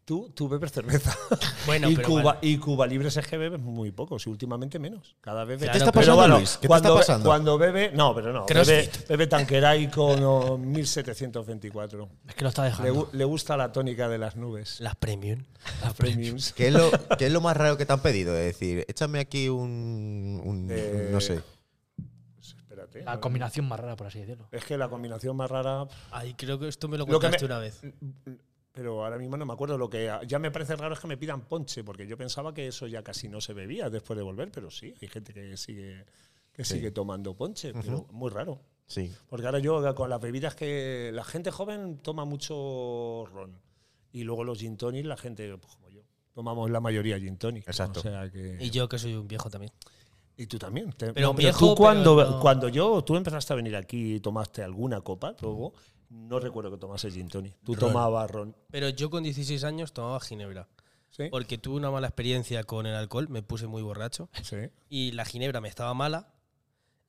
S4: Tú, tú bebes cerveza.
S1: <laughs> Bueno,
S4: y,
S1: pero
S4: Cuba,
S1: vale.
S4: y Cuba Libres es que bebes muy pocos y últimamente menos. Cada vez
S1: ¿Qué te
S4: bebe-
S1: está
S4: Pero
S2: pasando, Luis? ¿Qué te
S4: cuando,
S2: está
S4: be-
S2: pasando?
S4: Cuando bebe. No, pero no. Bebe,
S1: Crossfit.
S4: bebe Tanqueray con oh, 1724.
S3: Es que lo está
S1: Ah,
S4: Le, gu-
S3: dejando.
S4: le gusta la tónica de las nubes.
S1: Las premium.
S4: Las premiums.
S2: ¿Qué es, lo, ¿Qué es lo más raro que te han pedido? Es decir, échame aquí un. un-
S4: Eh,
S2: no sé.
S4: Espérate.
S3: La combinación más rara, por así decirlo.
S4: es que la combinación más rara.
S1: Ay, creo que esto me lo
S4: Lo que
S1: contaste
S4: me-
S1: una vez.
S4: Pero ahora mismo no me acuerdo lo que. Ya me parece raro es que me pidan ponche, porque yo pensaba que eso ya casi no se bebía después de volver, pero sí, hay gente que sigue, que sigue tomando ponche, pero muy raro.
S2: Sí.
S4: Porque ahora yo con las bebidas que la gente joven toma mucho ron y luego los gin tonics la gente pues, como yo tomamos la mayoría gin tonic.
S2: Exacto.
S4: O sea que-
S1: Y yo que soy un viejo también.
S4: y tú también. te-
S1: Pero
S4: no,
S1: viejo,
S4: tú
S1: pero
S4: cuando,
S1: no-
S4: cuando yo, tú empezaste a venir aquí y tomaste alguna copa, luego, no recuerdo que tomase gin tonic. Tú tomabas ron.
S1: Pero yo con 16 años tomaba ginebra.
S4: ¿Sí?
S1: Porque tuve una mala experiencia con el alcohol, me puse muy borracho.
S4: Sí.
S1: y la ginebra me estaba mala.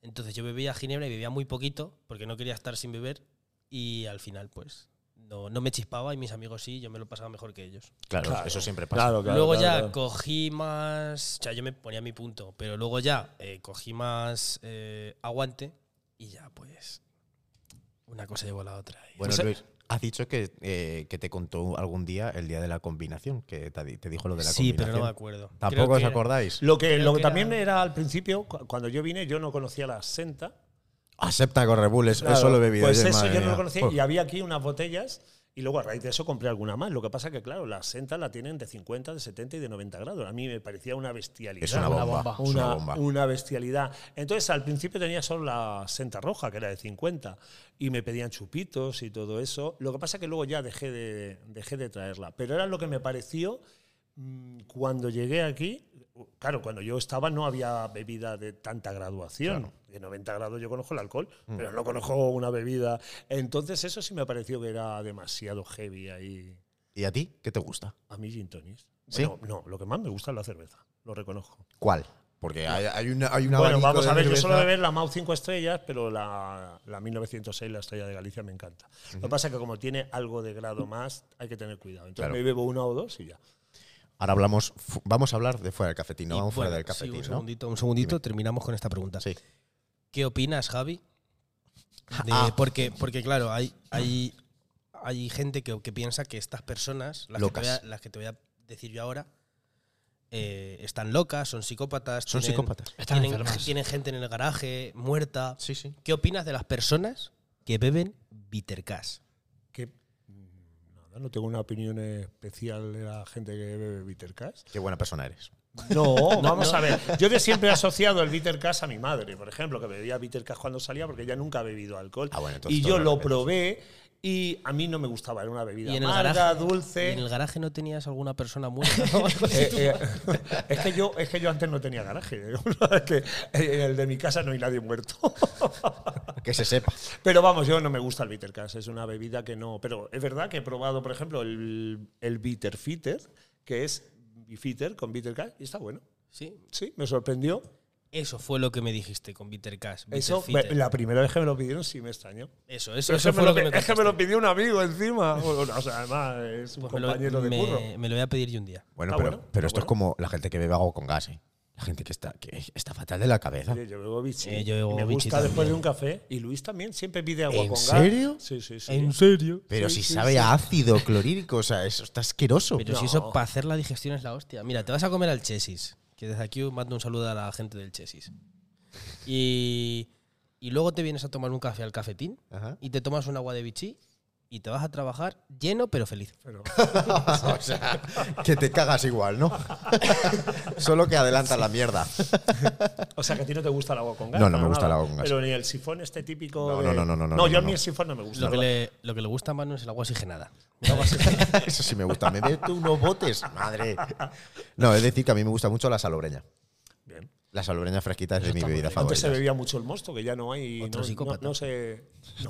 S1: Entonces yo bebía ginebra y bebía muy poquito porque no quería estar sin beber y al final pues no, no me chispaba y mis amigos sí, yo me lo pasaba mejor que ellos.
S2: Claro,
S4: Claro.
S2: eso siempre pasa.
S4: Claro, claro,
S1: luego
S4: claro,
S1: ya
S4: claro.
S1: cogí más, o sea, yo me ponía mi punto, pero luego ya eh, cogí más eh, aguante y ya pues una cosa llevó a la otra. y-
S2: Bueno,
S4: Pues, eh,
S2: Luis, has dicho que, eh, que te contó algún día el día de la combinación, que te, di- te dijo lo de la
S1: sí, pero
S2: combinación.
S1: no me acuerdo.
S2: ¿Tampoco
S1: Creo
S2: os
S1: que-
S2: acordáis?
S4: Lo que,
S1: Creo
S4: lo que
S1: que
S4: también
S1: era-
S4: era al principio, cu- cuando yo vine, yo no conocía la senta.
S2: Acepta Correbul, eso, eso lo he bebido
S4: Pues
S2: ayer,
S4: eso
S2: madre
S4: yo no lo
S2: mía.
S4: conocía.
S2: Uf.
S4: Y había aquí unas botellas. Y luego a raíz de eso compré alguna más. Lo que pasa que, claro, las sentas la tienen de 50, de 70 y de 90 grados. A mí me parecía una bestialidad.
S2: Es una
S3: Una
S2: bomba.
S3: bomba.
S2: es una
S4: una,
S2: bomba.
S4: una bestialidad. Entonces, al principio tenía solo la senta roja, que era de 50, y me pedían chupitos y todo eso. Lo que pasa que luego ya dejé de, dejé de traerla. Pero era lo que me pareció mm, cuando llegué aquí. Claro, cuando yo estaba no había bebida de tanta graduación. De 90 grados yo conozco el alcohol,
S2: Mm.
S4: pero no conozco una bebida. Entonces, eso sí me pareció que era demasiado heavy ahí.
S2: ¿Y a ti? ¿Qué te gusta?
S4: A mí, gin tonics.
S2: ¿Sí?
S4: Bueno, no, lo que más me gusta es la cerveza, lo reconozco.
S2: ¿Cuál? Porque hay, hay una, hay un
S4: Bueno,
S2: abanico
S4: vamos
S2: de
S4: a ver, yo solo
S2: cerveza.
S4: beber la MAU 5 estrellas, pero la, la 1906, la estrella de Galicia, me encanta. Lo que pasa es que como tiene algo de grado más, hay que tener cuidado. Entonces
S2: Claro.
S4: me bebo una o dos y ya.
S2: Ahora hablamos, fu- vamos a hablar de fuera del cafetín, no
S1: y
S2: vamos fuera
S1: bueno,
S2: del
S1: sí,
S2: cafetín,
S1: un
S2: ¿no?
S1: segundito, un segundito, terminamos con esta pregunta.
S2: Sí.
S1: ¿Qué opinas, Javi? De-
S2: Ah.
S1: porque, porque, claro, hay, hay, hay gente que, que piensa que estas personas, las, que te, voy a,
S2: Locas.
S1: las que te voy a decir yo ahora, eh, están locas, son psicópatas.
S2: Son
S1: tienen-
S2: psicópatas.
S3: Están
S1: Tienen,
S3: enfermas.
S1: tienen gente en el garaje, muerta.
S2: Sí, sí.
S1: ¿Qué opinas de las personas que beben bitter cash?
S4: Que, mm, nada, no tengo una opinión especial de la gente que bebe bitter cash.
S2: Qué buena persona eres.
S4: <laughs> No, vamos a ver. Yo de siempre he asociado el bitter cash a mi madre, por ejemplo, que bebía bitter cash cuando salía porque ella nunca ha bebido alcohol.
S2: Ah, bueno, entonces
S4: y
S2: todo
S4: yo
S2: lo
S4: lo
S2: respetas.
S4: probé y a mí no me gustaba. Era una bebida
S1: Y en el
S4: amarga,
S1: garaje-
S4: dulce.
S1: ¿Y en el garaje no tenías alguna persona muerta?
S4: <laughs>
S1: o algo así?
S4: Eh, eh, <laughs> es, que yo, es que yo antes no tenía garaje. <laughs> Es que en el de mi casa no hay nadie muerto. <laughs>
S2: Que se sepa.
S4: Pero vamos, yo no me gusta el bitter cash. Es una bebida que no. Pero es verdad que he probado, por ejemplo, el, el bitter fitter, que es bifitter con bitter cash, y está bueno.
S1: Sí.
S4: Sí, me sorprendió.
S1: Eso fue lo que me dijiste con bitter cash. bitter
S4: Eso,
S1: fitter.
S4: me- la primera vez que me lo pidieron, sí me extrañó.
S1: eso, eso,
S4: Pero
S1: eso
S4: es, que
S1: fue
S4: me
S1: lo
S4: lo,
S1: que me
S4: es que me lo
S1: contaste.
S4: pidió un amigo encima. <laughs> Bueno, o sea, además es un
S1: Pues me lo-
S4: compañero de
S1: me-
S4: curro.
S1: me lo voy a pedir yo un día.
S2: Bueno,
S4: Ah,
S2: pero,
S4: bueno,
S2: pero
S4: ah,
S2: esto es
S4: bueno.
S2: como la gente que bebe agua con gas, ¿eh? La gente que está, que está fatal de la cabeza.
S4: Oye, yo bebo bichi.
S1: Eh, yo bebo
S4: Y me
S1: bichi
S4: gusta
S1: también.
S4: después de un café. Y Luis también siempre pide agua
S2: ¿En
S4: con gas.
S2: serio?
S4: Sí, sí, sí.
S1: ¿En serio?
S2: Pero
S4: Sí,
S2: si
S4: sí,
S2: sabe
S4: sí.
S2: a ácido clorhídrico, o sea, eso está asqueroso.
S1: Pero si
S2: <laughs>
S4: No.
S1: eso para hacer la digestión es la hostia. Mira, te vas a comer al Chesis. Que desde aquí os mando un saludo a la gente del Chesis. Y, y luego te vienes a tomar un café al cafetín
S2: Ajá.
S1: y te tomas un agua de bichí y te vas a trabajar lleno pero feliz.
S4: Pero-
S2: o sea, que te cagas igual, ¿no? <laughs> Solo que adelanta la mierda.
S4: o sea, que a ti no te gusta el agua con gas.
S2: No, no me
S4: para
S2: gusta el
S4: nada.
S2: agua con gas.
S4: Pero ni el sifón este típico.
S2: No,
S4: de-
S2: no, no, no, no,
S4: No,
S2: no,
S4: yo a
S2: no,
S4: mí
S2: no.
S4: el sifón no me
S1: <laughs>
S4: gusta.
S1: Lo
S4: <laughs>
S1: que, le, lo que le gusta a Manu es el agua oxigenada.
S2: <laughs> Eso sí me gusta. Me meto unos botes, madre. No, es decir, que a mí me gusta mucho la salobreña.
S4: Bien.
S2: La salobreña fresquita es de
S1: Ah,
S2: mi
S1: está muy
S2: bebida
S1: rico.
S2: favorita.
S4: Antes se bebía mucho el mosto, que ya no hay.
S1: Otro
S4: no- no,
S1: psicópata. <laughs>
S4: no se. no,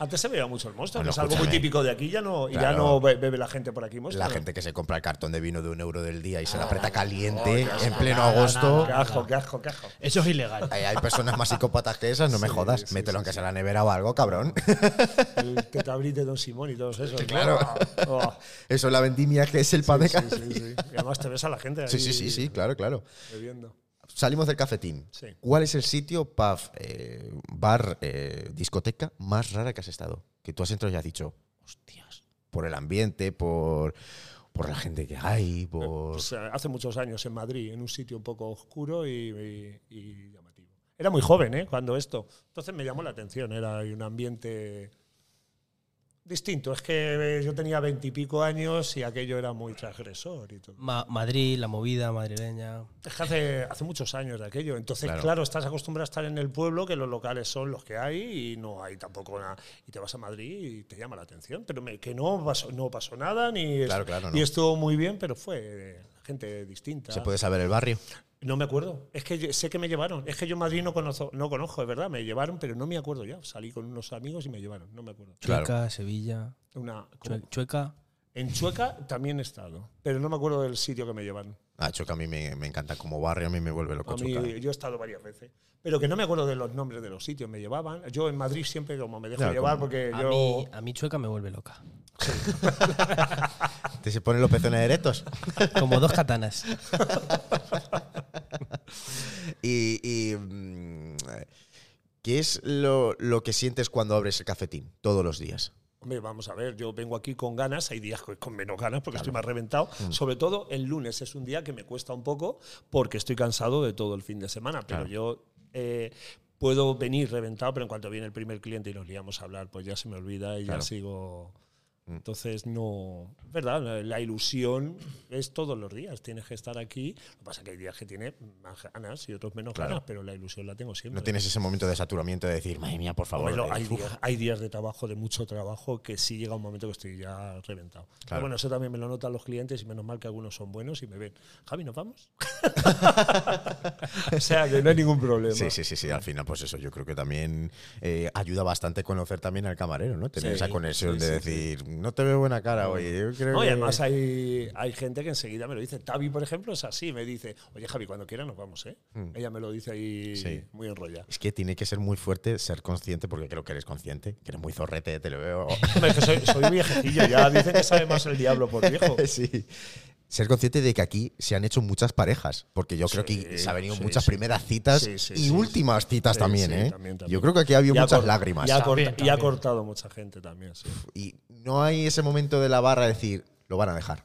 S4: antes se bebía mucho el mosto,
S2: Bueno,
S4: que es algo muy
S2: escúchame.
S4: típico de aquí, ya no, y ya
S2: Claro.
S4: no be- bebe la gente por aquí mosto.
S2: La
S4: ¿no?
S2: gente que se compra el cartón de vino de un euro del día y
S4: Ah,
S2: se la aprieta caliente
S4: no,
S2: en
S4: no,
S2: pleno
S3: no, no,
S2: agosto.
S4: Qué asco, qué asco, qué asco.
S3: Eso es ilegal.
S2: Hay, hay personas más psicópatas que esas, no me
S4: Sí,
S2: jodas.
S4: sí,
S2: Mételo
S4: sí,
S2: aunque sea la nevera o algo, cabrón. <laughs>
S4: El tetabrite de Don Simón y todos esos. ¿no?
S2: claro.
S4: Oh,
S2: Eso es la vendimia que es el pan de
S4: sí,
S2: cal-
S4: sí, sí. Y además te ves a la gente.
S2: Sí,
S4: ahí
S2: sí, sí, sí, claro, claro.
S4: Bebiendo.
S2: Salimos del cafetín.
S4: Sí.
S2: ¿Cuál es el sitio, pub, eh, bar, eh, discoteca más rara que has estado? Que tú has entrado y has dicho, hostias, por el ambiente, por, por la gente que hay, por...
S4: Pues, eh, hace muchos años en Madrid, en un sitio un poco oscuro y, y- y llamativo. Era muy joven, ¿eh? Cuando esto. Entonces me llamó la atención, era ahí un ambiente distinto. Es que eh, yo tenía veintipico años y aquello era muy transgresor y todo.
S1: Ma- Madrid, la movida madrileña.
S4: Es que hace, hace muchos años de aquello. Entonces,
S2: Claro.
S4: claro. estás acostumbrado a estar en el pueblo, que los locales son los que hay y no hay tampoco nada. Y te vas a Madrid y te llama la atención. Pero me- que no pasó, no pasó nada, ni, es-
S2: Claro, claro,
S4: ni
S2: no.
S4: estuvo muy bien, pero fue gente distinta.
S2: ¿Se puede saber el barrio?
S4: No me acuerdo. Es que yo- sé que me llevaron. Es que yo en Madrid no conozco, no conozco, es verdad. Me llevaron, pero no me acuerdo ya. Salí con unos amigos y me llevaron. No me acuerdo.
S2: Claro.
S1: Chueca, Sevilla.
S4: Una,
S1: Chue- Chueca.
S4: en Chueca también he estado, pero no me acuerdo del sitio que me llevaron.
S2: Ah, Choca a mí me, me encanta como barrio, a mí me vuelve loco
S4: A mí,
S2: Choca.
S4: yo he estado varias veces, pero que no me acuerdo de los nombres de los sitios. Me llevaban. Yo en Madrid siempre como me dejo
S2: Claro,
S4: llevar
S2: como-
S4: porque
S1: A
S4: yo.
S1: mí, a mí Chueca me vuelve
S4: <laughs>
S1: loca.
S2: ¿Te se ponen los pezones erectos? <laughs>
S1: Como dos katanas.
S2: Y, y, mm, ¿qué es lo, lo que sientes cuando abres el cafetín todos los días?
S4: Hombre, vamos a ver, yo vengo aquí con ganas, hay días que con menos ganas porque estoy más reventado.
S2: Mm.
S4: Sobre todo el lunes es un día que me cuesta un poco porque estoy cansado de todo el fin de semana. Pero
S2: Claro.
S4: yo eh, puedo venir reventado, pero en cuanto viene el primer cliente y nos liamos a hablar, pues ya se me olvida y
S2: Claro. Mm.
S4: ya sigo. Entonces, no. Es verdad, la, la ilusión es todos los días. Tienes que estar aquí. Lo que pasa es que hay días que tiene más ganas y otros menos
S2: Claro.
S4: ganas, pero la ilusión la tengo siempre.
S2: ¿No tienes ese momento de saturamiento de decir, madre mía, por favor?
S4: Hombre, lo-
S2: eh,
S4: hay,
S2: uf"?
S4: días, hay días de trabajo, de mucho trabajo, que sí llega un momento que estoy ya reventado.
S2: Claro.
S4: Pero bueno, eso también me lo notan los clientes y menos mal que algunos son buenos y me ven. Javi, ¿nos vamos? <laughs> o sea, que no hay ningún problema.
S2: Sí, sí, sí, sí. Al final, pues eso, yo creo que también eh, ayuda bastante conocer también al camarero, ¿no? Tener
S4: Sí,
S2: esa conexión
S4: sí,
S2: de
S4: sí, sí.
S2: decir, no te veo buena cara, oye. Yo creo
S4: No, y
S2: que-
S4: además hay, hay gente que enseguida me lo dice. Tavi, por ejemplo, es así. Me dice, oye, Javi, cuando quiera nos vamos, ¿eh? Ella me lo dice ahí
S2: Sí.
S4: muy enrollada.
S2: Es que tiene que ser muy fuerte ser consciente, porque creo que eres consciente, que eres muy zorrete, te lo
S4: <laughs>
S2: veo. <laughs>
S4: Hombre, es que soy, soy viejecillo ya. Dicen que sabe más el diablo por <laughs> viejo.
S2: sí. Ser consciente de que aquí se han hecho muchas parejas, porque yo creo que
S4: Sí,
S2: se han venido
S4: sí,
S2: muchas
S4: sí.
S2: primeras citas
S4: Sí, sí,
S2: y
S4: sí,
S2: últimas citas
S4: Sí,
S2: también,
S4: sí,
S2: ¿eh?
S4: también,
S2: Yo
S4: también.
S2: creo que aquí ha habido
S4: Y ha
S2: muchas
S4: cort-
S2: lágrimas.
S4: Y ha,
S3: También,
S4: corta- y ha
S3: también.
S4: cortado mucha gente también, sí.
S2: Y no hay ese momento de la barra de decir, lo van a dejar.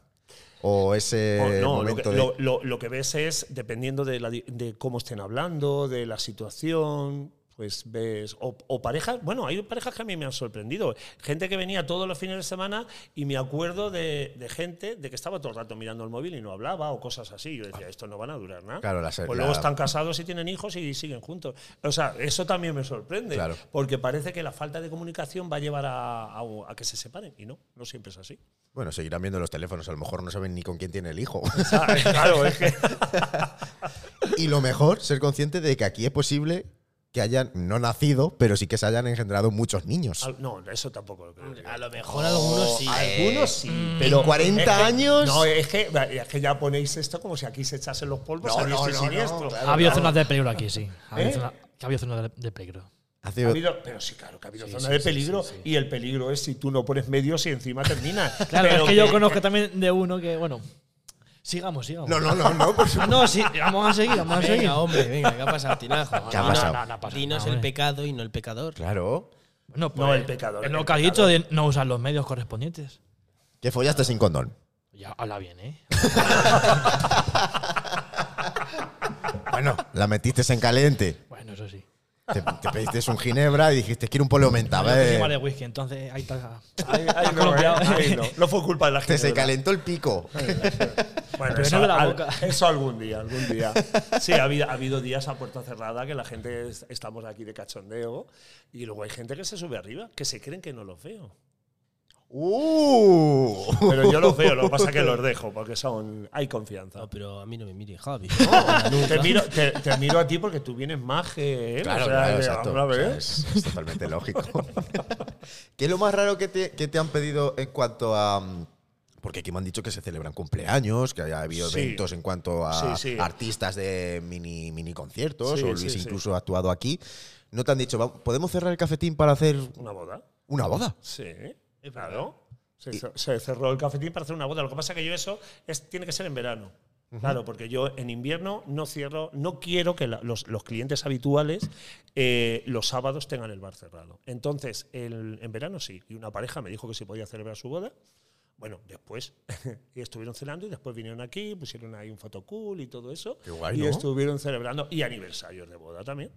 S2: O ese
S4: O Oh, no, lo
S2: Eh, momento
S4: que,
S2: de.
S4: lo, lo- lo que ves es, dependiendo de, la di- de cómo estén hablando, de la situación, pues ves. O, o parejas, bueno, hay parejas que a mí me han sorprendido. Gente que venía todos los fines de semana y me acuerdo de, de gente de que estaba todo el rato mirando el móvil y no hablaba o cosas así. Yo decía, esto no van a durar nada.
S2: Claro, la se-
S4: o luego
S2: la-
S4: están casados y tienen hijos y siguen juntos. O sea, eso también me sorprende.
S2: Claro.
S4: Porque parece que la falta de comunicación va a llevar a- a- a que se separen. Y no, no siempre es
S2: <laughs>
S4: así.
S2: Bueno, seguirán viendo los teléfonos, a lo mejor no saben ni con quién tiene el hijo.
S4: claro, es que.
S2: <laughs> y lo mejor, ser consciente de que aquí es posible que hayan no nacido, pero sí que se hayan engendrado muchos niños.
S4: Al- No, eso tampoco lo creo. yo.
S1: A lo mejor algunos sí.
S4: Algunos sí, ¿eh? Mm.
S2: pero 40
S4: es que-
S2: años.
S4: No, eh, es que, es que ya ponéis esto como si aquí se echasen los polvos
S2: No,
S4: a diestro
S2: no,
S4: y
S2: no,
S4: siniestro.
S2: no, claro.
S3: Ha habido zonas de peligro aquí, sí. Ha habido
S4: ¿Eh?
S3: zona- que ha habido zonas de- de peligro.
S2: Hace-
S4: Ha habido- pero sí, claro, que ha habido zonas de peligro y el peligro es si tú no pones medios y encima terminas.
S3: <laughs> Claro,
S4: Pero
S3: es que yo
S4: <laughs>
S3: conozco también de uno que, bueno, sigamos, sigamos.
S2: no, no, no, no. por su-
S3: Ah, no, sí, vamos a seguir,
S4: ¿Ah,
S3: vamos a seguir.
S1: Venga, hombre, venga, ¿qué ha pasado, Tinajo?
S2: ¿Qué ha
S1: No,
S3: No,
S2: pasado?
S3: No, no, no ha pasado
S1: Dinos
S3: nada,
S1: el
S3: hombre.
S1: pecado y no el pecador.
S2: <laughs> Claro.
S3: Bueno,
S4: No, el pecador,
S3: Es
S4: el
S3: lo que has dicho
S4: pecador.
S3: de no usar los medios correspondientes.
S2: Que follaste sin condón.
S3: Ya habla bien, ¿eh?
S2: Bueno, la metiste en caliente.
S3: Bueno, eso sí.
S2: Te, te pediste un ginebra y dijiste, quiero un poleo eh". menta.
S3: Yo que soy
S2: ve".
S3: más de whisky, entonces ahí está.
S4: Ahí- ahí no,
S3: columpiado.
S4: eh, ahí no. No fue culpa de la
S2: Te
S4: gente.
S2: se
S4: ¿verdad?
S2: calentó el pico.
S4: Eh. Bueno,
S3: Pero
S4: eso,
S3: no de la
S4: al-
S3: boca.
S4: <laughs> eso algún día, algún
S3: <laughs>
S4: día. Sí, ha habido, ha habido días a puerta cerrada que la gente es- estamos aquí de cachondeo y luego hay gente que se sube arriba, que se creen que no los veo.
S2: ¡Uh!
S4: Pero <laughs> yo los veo, lo que pasa es que los dejo, porque son. Hay
S1: No,
S4: confianza.
S1: pero a mí no me mire, Javi.
S4: Te miro, te, te miro a ti porque tú vienes más que él.
S2: Claro,
S4: o sea,
S2: claro,
S4: de-
S2: exacto.
S4: vamos a
S2: O sea,
S4: ver.
S2: es, es totalmente
S4: <laughs>
S2: lógico. ¿Qué es lo más raro que te, que te han pedido en cuanto a... mm, Porque aquí me han dicho que se celebran cumpleaños, que haya habido
S4: Sí.
S2: eventos en cuanto a
S4: Sí, sí.
S2: artistas de mini, mini conciertos,
S4: Sí,
S2: o
S4: sí,
S2: Luis
S4: sí.
S2: incluso ha actuado aquí. No te han dicho, "Va- ¿podemos cerrar el cafetín para hacer
S4: Una boda.
S2: una boda?
S4: Sí, claro. Se, se cerró el cafetín para hacer una boda. Lo que pasa es que yo eso es, tiene que ser en verano. Claro, porque yo en invierno no cierro, no quiero que la- los, los clientes habituales eh, los sábados tengan el bar cerrado. Entonces, el- en verano sí. Y una pareja me dijo que se podía celebrar su boda. Bueno, después <laughs> y estuvieron cenando y después vinieron aquí, pusieron ahí un fotocool y todo eso.
S2: Qué guay,
S4: y
S2: ¿no?
S4: estuvieron celebrando. Y aniversarios de boda también.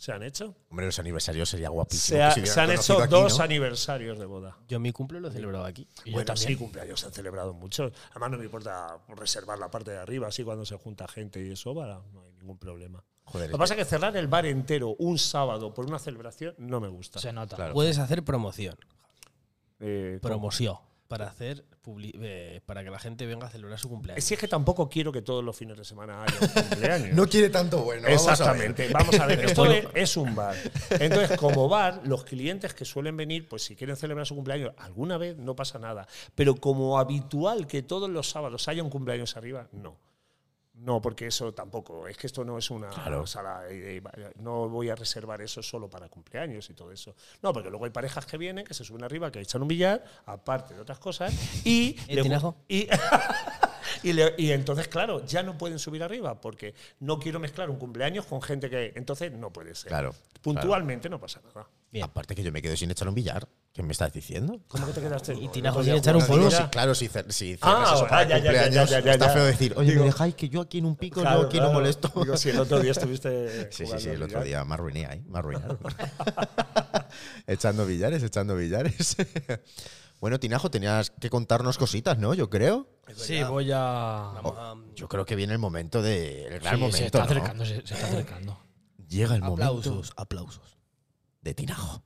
S4: Se han hecho.
S2: Hombre, los aniversarios sería guapísimo.
S4: Se,
S2: que
S4: ha-
S2: hubieran
S4: se han
S2: conocido
S4: hecho
S2: aquí,
S4: dos
S2: ¿no?
S4: aniversarios de boda.
S1: Yo mi cumple lo he celebrado aquí.
S4: Y yo también. cumpleaños se han celebrado muchos. Además, no me importa reservar la parte de arriba, así cuando se junta gente y eso, para, no hay ningún problema.
S2: Joder,
S4: Lo que pasa es que cerrar el bar entero un sábado por una celebración no me gusta.
S3: Se nota.
S2: Claro.
S1: Puedes hacer promoción.
S4: Eh,
S1: Promoción. Para hacer publi- eh, para que la gente venga a celebrar su cumpleaños.
S4: si es que tampoco quiero que todos los fines de semana haya <laughs> un cumpleaños.
S2: No quiere tanto bueno. vamos a ver.
S4: Exactamente, vamos a ver, esto es, es un bar. Entonces, como bar, los clientes que suelen venir, pues si quieren celebrar su cumpleaños, alguna vez no pasa nada. Pero como habitual que todos los sábados haya un cumpleaños arriba, no. No, porque eso tampoco. Es que esto no es una sala. de- de- No voy a reservar eso solo para cumpleaños y todo eso. No, porque luego hay parejas que vienen, que se suben arriba, que echan un billar, aparte de otras cosas, y.
S1: ¿Eh,
S4: le-
S1: tinajo?
S4: y <laughs> Y, le- y entonces, claro, ya no pueden subir arriba porque no quiero mezclar un cumpleaños con gente que. Entonces, no puede ser.
S2: Claro,
S4: Puntualmente no pasa nada.
S1: Bien.
S2: Aparte que yo me quedo sin echar un billar. ¿Qué me estás diciendo?
S4: ¿Cómo que te quedaste?
S1: Y
S4: No,
S1: Tinajo
S4: no
S1: sin
S4: podía
S1: echar un
S4: jugar.
S2: Digo,
S1: polvo.
S4: Mira,
S2: sí, claro, si, cer- si
S4: Ah,
S2: cierras eso para
S4: ya, ya, ya,
S2: cumpleaños,
S4: ya, ya,
S2: está
S4: ya.
S2: feo decir, oye,
S4: Digo-
S2: me dejáis que yo aquí en un pico
S4: claro,
S2: no aquí no
S4: claro.
S2: molesto. <laughs>
S4: Digo, si el otro día estuviste.
S2: sí, sí,
S4: jugando
S2: sí,
S4: al
S2: el otro
S4: billar.
S2: día me arruiné ahí, me arruinaron. <laughs> echando billares, echando billares. <laughs> bueno, Tinajo, tenías que contarnos cositas, ¿no? Yo creo. Oh,
S3: Sí, voy a.
S1: Vamos a-
S2: Yo creo que viene el momento de. El gran
S3: Sí,
S2: momento.
S3: se está
S2: ¿no?
S3: acercando, se, se está acercando.
S2: Llega el momento
S1: aplausos, aplausos.
S2: de Tinajo.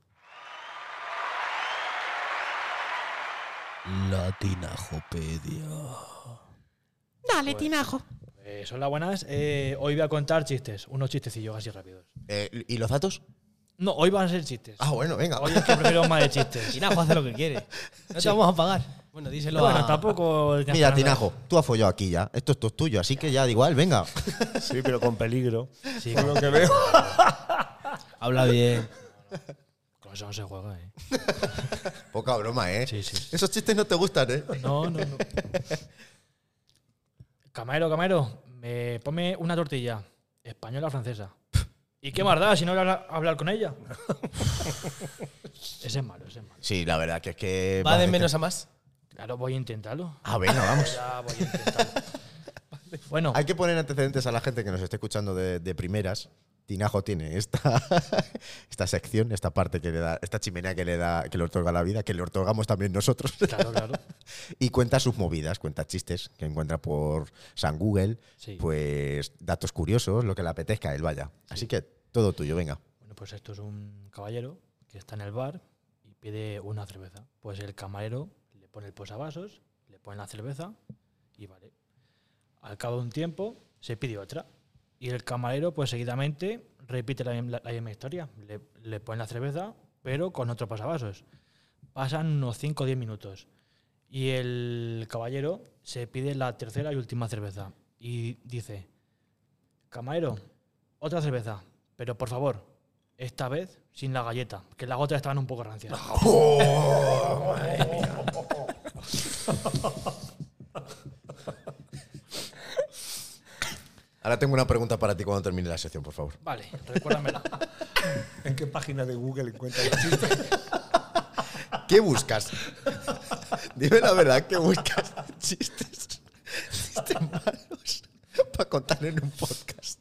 S1: La Tinajopedia.
S5: Dale, tinajo.
S3: Eh, son las buenas. Eh, hoy voy a contar chistes, unos chistecillos así rápidos.
S2: Eh, ¿Y los datos?
S3: No, hoy van a ser chistes.
S2: Ah, bueno, venga.
S3: Hoy es que prefiero más de
S1: <laughs>
S3: chistes.
S1: Tinajo hace lo que quiere. No te vamos a pagar. Bueno, díselo
S3: bueno,
S1: a-
S3: tampoco.
S2: Mira, Tinajo, tú has follado aquí ya. Esto, esto es tuyo, así que ya da igual,
S3: <laughs>
S2: venga.
S4: Sí, pero con
S2: <laughs>
S4: peligro.
S3: Sí,
S4: Por lo que veo.
S1: Habla bien.
S3: Con eso no se juega, ¿eh?
S2: Poca broma, ¿eh?
S3: Sí, sí, sí.
S2: Esos chistes no te gustan, ¿eh?
S3: No, no,
S2: <laughs>
S3: no. Camarero, camarero, me ponme una tortilla española o francesa. ¿Y qué más da si no voy a hablar- hablar con
S2: <laughs>
S3: ella? ese es malo, ese es malo.
S2: Sí, la verdad que es que.
S1: Va de
S2: vale,
S1: menos a más.
S3: Claro, voy a intentarlo.
S2: Ah,
S1: <laughs>
S2: venga, vamos.
S3: Ya voy
S2: <laughs>
S3: a intentarlo. Bueno,
S2: Hay que poner antecedentes a la gente que nos esté escuchando de, de primeras. Tinajo tiene esta, <laughs> esta sección, esta parte que le da, esta chimenea que le da, que le otorga la vida, que le otorgamos también nosotros. <laughs>
S3: claro, claro.
S2: Y cuenta sus movidas, cuenta chistes que encuentra por San Google,
S3: Sí.
S2: pues datos curiosos, lo que le apetezca a él, vaya. Así que todo tuyo, venga.
S3: Bueno, pues esto es un caballero que está en el bar y pide una cerveza. Pues el camarero le pone el posavasos, le pone la cerveza y vale. Al cabo de un tiempo se pide otra. Y el camarero, pues seguidamente, repite la, mim- la- la misma historia. Le, le pone la cerveza, pero con otro posavasos. Pasan unos 5 o 10 minutos. Y el caballero se pide la tercera y última cerveza. Y dice, camarero, otra cerveza, pero por favor, esta vez sin la galleta, que las gotas estaban un poco <laughs> rancias.
S2: <laughs> Ahora tengo una pregunta para ti cuando termine la sección, por favor.
S3: Vale, recuérdamela.
S4: ¿En qué página de Google encuentras los chistes?
S2: ¿Qué buscas? <laughs> Dime la verdad, ¿qué buscas? <laughs> Chistes, chistes malos para contar en un podcast.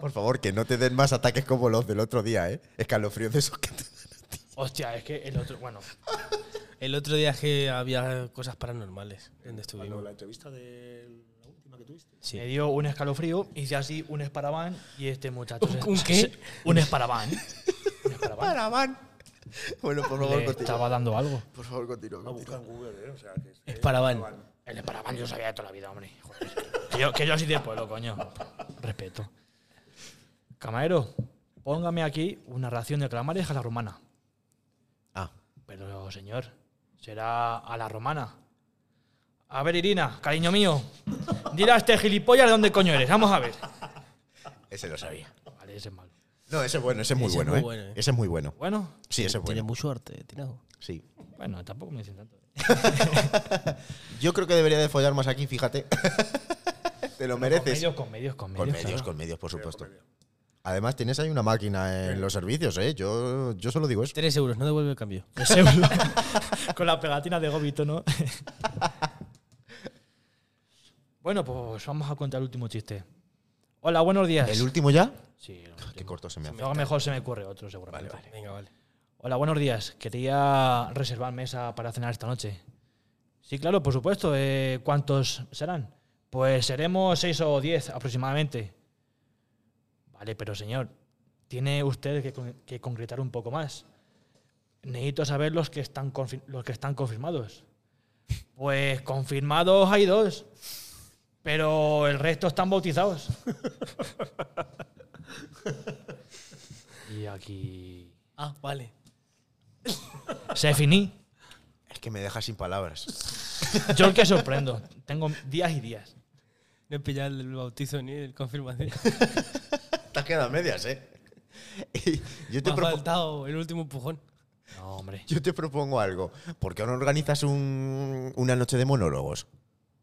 S2: Por favor, que no te den más ataques como los del otro día, ¿eh? Escalofríos de esos que te <laughs>
S3: Hostia, es que el otro, bueno,
S1: El otro día es que había cosas paranormales donde
S4: Ah, no,
S1: estuvimos.
S4: la entrevista de la última que tuviste.
S1: Sí.
S3: me dio un escalofrío, hice así un esparabán y este muchacho... se-
S1: ¿Un qué?
S3: <laughs> Un esparabán. Un esparabán.
S2: paraban. Bueno, por favor,
S3: Le
S2: continúa.
S3: estaba dando algo.
S2: Por favor, continúa.
S4: No, busca en Google, ¿eh? O sea, que
S1: Es para van.
S3: El paraban yo sabía de toda la vida, hombre. Joder. que, yo, que yo soy de pueblo, coño. Respeto. Camarero, póngame aquí una ración de calamares a la romana.
S2: Ah,
S3: Pero, señor, será a la romana. A ver, Irina, cariño mío, dile a este gilipollas de dónde coño eres. Vamos a ver.
S2: ese lo sabía.
S3: Vale, ese es malo.
S2: No, ese es bueno, ese es muy
S1: Ese es
S2: bueno,
S1: muy
S2: ¿eh?
S1: bueno, ¿eh?
S2: Ese es muy bueno.
S3: Bueno,
S2: Sí, ese es
S1: Tiene
S2: bueno.
S1: mucho arte, Tinajo.
S2: Sí.
S3: bueno, tampoco me dicen tanto.
S2: Yo creo que debería de follar más aquí, fíjate. <laughs> Te lo mereces.
S3: Con medios, con medios, con
S2: Con
S3: medios.
S2: medios,
S3: claro.
S2: con medios, por supuesto. Además, tienes ahí una máquina en los servicios, ¿eh? Yo, yo solo digo eso.
S1: Tres euros, no devuelve el cambio.
S3: Tres euros. <laughs> con la pegatina de Gobito, ¿no? <laughs> bueno, pues vamos a contar el último chiste. Hola, buenos días.
S2: ¿El último ya?
S3: Sí, el
S2: Qué
S3: último.
S2: corto se me hace.
S3: Luego mejor se me ocurre otro, seguramente.
S1: Venga, vale.
S3: Hola, buenos días. Quería reservar mesa para cenar esta noche. Sí, claro, por supuesto. Eh, ¿Cuántos serán? Pues seremos seis o diez aproximadamente. Vale, pero señor, tiene usted que, con- que concretar un poco más. Necesito saber los que están, confi- los que están confirmados. Pues confirmados hay dos, pero el resto están bautizados. y aquí
S1: Ah, vale.
S3: se finí.
S2: Es que me deja sin palabras. <laughs>
S3: Yo el que sorprendo. Tengo días y días.
S1: No he pillado el bautizo ni el <laughs> confirmación.
S2: Te has quedado a medias, ¿eh? <laughs> Y yo
S1: Me
S2: te,
S1: ha
S2: propo-
S1: faltado el último empujón.
S3: No, hombre.
S2: yo te propongo algo. ¿Por qué no organizas un- una noche de monólogos?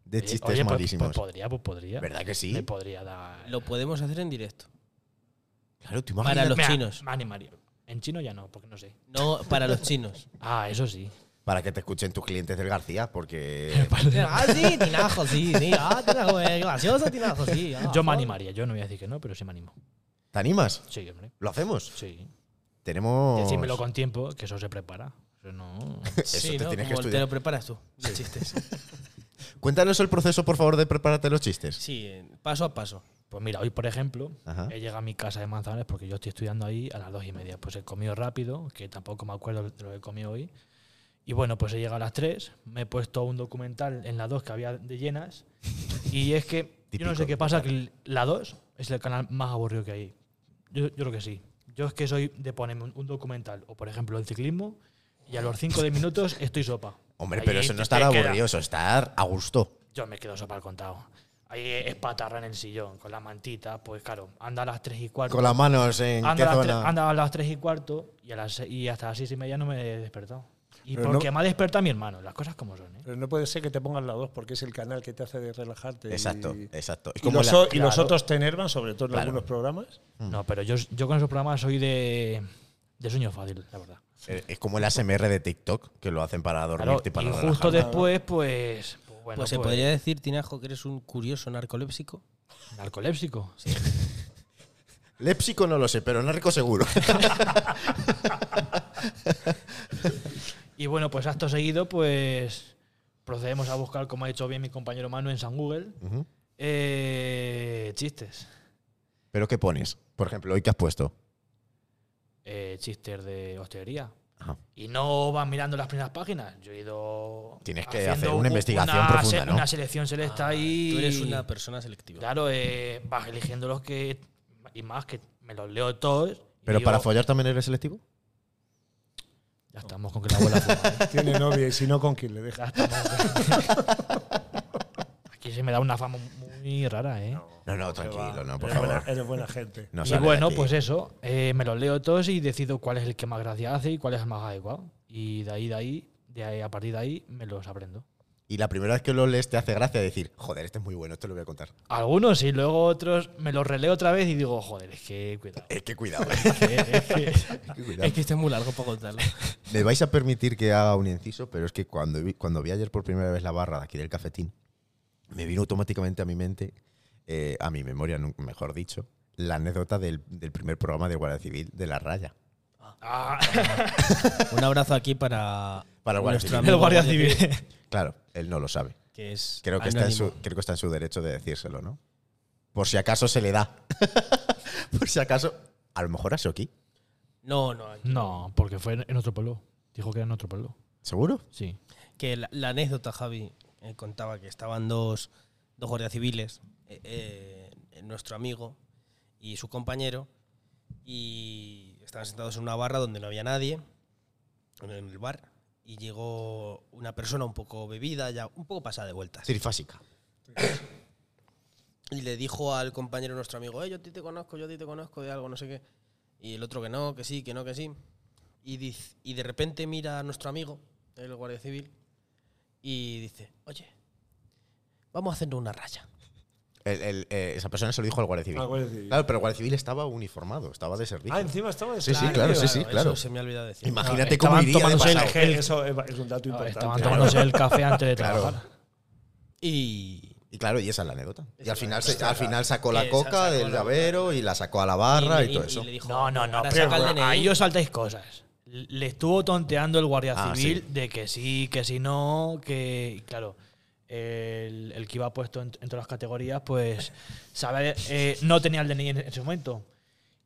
S2: De
S3: Oye,
S2: chistes
S3: oye, pues-
S2: malísimos.
S3: Pues, podría, pues podría.
S2: ¿Verdad que
S3: Me
S2: sí?
S3: podría dar.
S1: Lo podemos hacer en directo.
S2: Claro, tú
S1: Para
S2: imagínate-
S1: los
S3: Me-
S1: chinos.
S3: me animaría. En chino ya no, porque no sé.
S1: No para los <laughs> chinos.
S3: Ah, eso sí.
S2: Para que te escuchen tus clientes del García,
S3: <laughs>
S2: porque
S1: ah, sí, Tinajo, sí, sí. Ah, Tinajo, eh, gracioso, Tinajo, sí. ah,
S3: Yo me
S1: joder.
S3: animaría. Yo no voy a decir que no, pero sí me animo.
S2: ¿Te animas?
S3: Sí, hombre.
S2: ¿Lo hacemos?
S3: Sí.
S2: Tenemos.
S3: Decídmelo con tiempo, que eso se prepara. Eso no.
S2: Eso
S1: Sí,
S2: te
S1: ¿no?
S2: tienes que
S1: Como te
S2: estudiar.
S1: lo preparas tú, los chistes.
S2: Cuéntanos el proceso, por favor, de prepararte los chistes.
S1: Sí, eh, paso a paso.
S3: Pues mira, hoy por ejemplo,
S2: Ajá.
S3: he llegado a mi casa de manzanas porque yo estoy estudiando ahí a las dos y media. Pues he comido rápido, que tampoco me acuerdo de lo que comí hoy. Y bueno, pues he llegado a las tres, me he puesto un documental en la dos que había de llenas. Y es que yo no
S2: Típico
S3: sé qué pasa, que la dos es el canal más aburrido que hay. Yo, yo creo que sí. Yo es que soy de ponerme un, un documental, o por ejemplo el ciclismo, y a los cinco de minutos estoy sopa.
S2: Hombre,
S3: Ahí
S2: pero eso no
S3: te
S2: estar
S3: queda-
S2: aburrido, eso estar a gusto.
S3: yo me quedo sopa al contado. Ahí es patarra en el sillón, con la mantita, pues claro, anda a las 3 y cuarto.
S2: Con las manos en qué
S3: anda, a las tres-
S2: zona.
S3: anda a las 3 y cuarto y, a las, se- y hasta las 6 y media no me he despertado. Y
S4: Pero
S3: porque
S4: no-
S3: me ha despertado mi hermano, las cosas como son. ¿eh?
S4: Pero no puede ser que te pongan la 2 porque es el canal que te hace de relajarte. y-
S2: Exacto, exacto. Es
S4: Y,
S2: como
S4: los,
S2: la-
S4: o- y los
S3: claro.
S4: otros te enervan, sobre todo en
S2: Claro.
S4: algunos programas.
S3: No, pero yo, yo con esos programas soy de, de sueño fácil, la verdad.
S2: eh, es como el ASMR de TikTok, que lo hacen para
S3: Claro,
S2: dormirte y para
S3: y
S2: relajarte.
S3: justo después, pues. pues bueno,
S1: pues se podría decir, Tinajo, que eres un curioso narcolépsico.
S3: Narcolépsico.
S2: Léxico no lo sé, pero narco seguro. <laughs>
S3: Y bueno, pues acto seguido, pues procedemos a buscar, como ha dicho bien mi compañero Manu en San Google,
S2: Ujú.
S3: eh, chistes.
S2: ¿Pero qué pones? Por ejemplo, hoy que has puesto.
S3: eh, chistes de hostelería.
S2: Ajá.
S3: Y no van mirando las primeras páginas. Yo he ido.
S2: Tienes que
S3: haciendo
S2: hacer una
S3: un-
S2: investigación
S3: una
S2: profunda,
S3: se-
S2: ¿no?
S3: Una selección selecta y.
S1: Ah, Tú eres una persona selectiva.
S3: Claro, eh, vas eligiendo los que. Y más que me los leo todos. y
S2: ¿Pero
S3: digo,
S2: para follar también eres selectivo?
S3: Ya estamos con que la abuela fuma, ¿eh?
S4: Tiene novia y si no, ¿con quién le deja?
S3: Ya estamos. <laughs> Aquí se me da una fama muy rara, ¿eh?
S2: No, no, tranquilo, no, por
S4: eres buena,
S2: favor.
S4: eres buena gente.
S2: No
S3: y
S2: sale de
S3: bueno,
S2: aquí.
S3: pues eso, eh, me los leo todos y decido cuál es el que más gracia hace y cuál es el más adecuado. Y de ahí, de ahí, de ahí, a partir de ahí, me los aprendo.
S2: Y la primera vez que lo lees te hace gracia decir, joder, este es muy bueno, esto lo voy a contar.
S3: Algunos y luego otros me los releo otra vez y digo, joder, es que cuidado.
S2: Es que <laughs> cuidado, eh.
S3: es que- es que-
S2: Es que cuidado.
S1: Es que este es muy largo para <laughs> contarlo.
S2: Me vais a permitir que haga un inciso, pero es que cuando vi, cuando vi ayer por primera vez la barra de aquí del cafetín, me vino automáticamente a mi mente, eh, a mi memoria, nu- mejor dicho, la anécdota del, del primer programa de Guardia Civil de La Raya.
S3: Ah,
S1: <laughs> Un abrazo aquí para,
S2: Para el Guardia
S1: nuestro
S2: Civil.
S1: amigo
S3: el guardia civil.
S2: Claro, él no lo sabe.
S1: Que es
S2: Creo que, está en su,
S1: anónimo.
S2: creo que está en su derecho de decírselo, ¿no? <laughs> Por si acaso se le da. por si acaso, a lo mejor a Shoki.
S1: No, no, aquí.
S3: No, porque fue en- en otro pueblo. Dijo que era en otro pueblo.
S2: ¿Seguro?
S3: Sí.
S1: Que la, la anécdota, Javi, eh, contaba que estaban dos, dos guardias civiles, eh, eh, nuestro amigo y su compañero, y estaban sentados en una barra donde no había nadie, en el bar, y llegó una persona un poco bebida, ya un poco pasada de vueltas.
S2: Trifásica.
S1: Y le dijo al compañero nuestro amigo, eh, yo a ti te conozco, yo a ti te conozco de algo, no sé qué. Y el otro que no, que sí, que no, que sí. Y, diz- y de repente mira a nuestro amigo, el guardia civil, y dice, oye, vamos a hacernos una raya.
S2: El- el- eh, esa persona se lo dijo al Guardia Civil.
S4: Al Guardia Civil.
S2: Claro, pero el Guardia Civil estaba uniformado, estaba de servicio.
S4: Ah, encima estaba de
S2: Sí, sí,
S4: servicio.
S2: claro, <laughs> sí, sí,
S1: eso
S2: claro.
S1: se me ha olvidado decir.
S2: Imagínate
S3: Estaban
S2: cómo iría de
S3: tomándose el
S2: pasado.
S4: Es que Eso es es un dato importante.
S3: Estaban tomándose el café antes de
S2: Claro.
S3: trabajar.
S1: Y
S2: Y claro, y esa es la anécdota.
S1: Esa
S2: Y al
S1: es la
S2: final, se-
S1: anécdota.
S2: al final sacó
S1: Que
S2: la
S1: sa-
S2: coca
S1: sacó
S2: del
S1: la-
S2: llavero y la sacó a la barra Ah, y,
S1: le-
S2: todo eso.
S1: le dijo,
S3: No, no, no.
S1: "Ahora
S3: pero
S1: saca el DNI".
S3: ahí os saltáis cosas. Le estuvo tonteando el guardia
S2: Ah,
S3: civil
S2: sí.
S3: de que sí, que sí, no, que. y Claro, el, el que iba puesto en, en todas las categorías, pues. sabe, eh, no tenía el DNI en ese momento.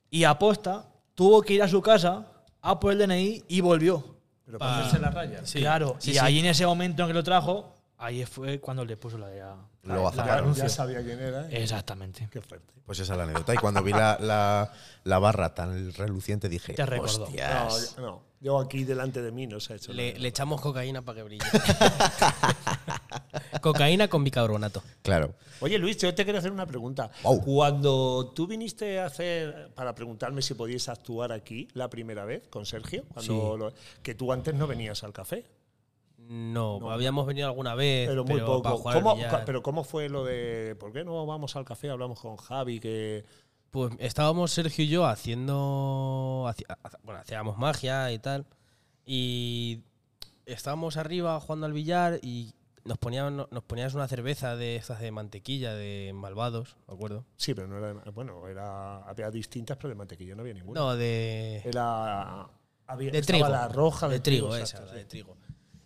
S3: Y aposta, tuvo que ir a su casa a por el DNI y volvió.
S4: Pero
S1: Pa-
S4: ponerse la raya.
S1: Sí,
S3: claro,
S1: sí,
S3: y
S1: sí.
S3: ahí en ese momento en que lo trajo, ahí fue cuando le puso la. la-
S2: Lo
S3: la-
S2: azafaron.
S3: anuncio.
S4: Ya sabía quién era. ¿eh?
S3: Exactamente.
S4: Qué fuerte.
S2: Pues esa es la anécdota. Y cuando vi la, la- la barra tan reluciente dije,
S3: Te recordó.
S4: No,
S2: hostias.
S4: yo- no, yo aquí delante de mí no se ha hecho
S1: le,
S4: nada.
S1: le echamos cocaína para que
S3: <laughs>
S1: brille. cocaína con bicarbonato.
S2: Claro.
S4: Oye, Luis, yo te quiero hacer una pregunta.
S2: Wow.
S4: Cuando tú viniste a hacer, para preguntarme si podías actuar aquí la primera vez con Sergio, cuando
S1: Sí.
S4: lo- que tú antes no venías al
S2: Eh,
S4: café,
S1: No, habíamos venido alguna vez,
S4: pero
S1: pero,
S4: muy
S1: para
S4: poco.
S1: jugar al
S4: ¿Cómo,
S1: billar.
S4: ca- pero ¿cómo fue lo de, por qué no vamos al café? Hablamos con Javi, que...
S1: Pues estábamos Sergio y yo haciendo. haci- ha- Bueno, hacíamos magia y tal. Y estábamos arriba jugando al billar y nos ponían, nos ponías una cerveza de estas de mantequilla, de malvados, ¿de acuerdo?
S4: Sí, pero no era, de- bueno, era, había distintas, pero de mantequilla no había ninguna.
S1: No, de.
S4: Era, había,
S1: de
S4: estaba
S1: trigo.
S4: la roja de,
S1: de trigo, esa,
S4: exacto,
S1: la
S4: sí.
S1: de trigo.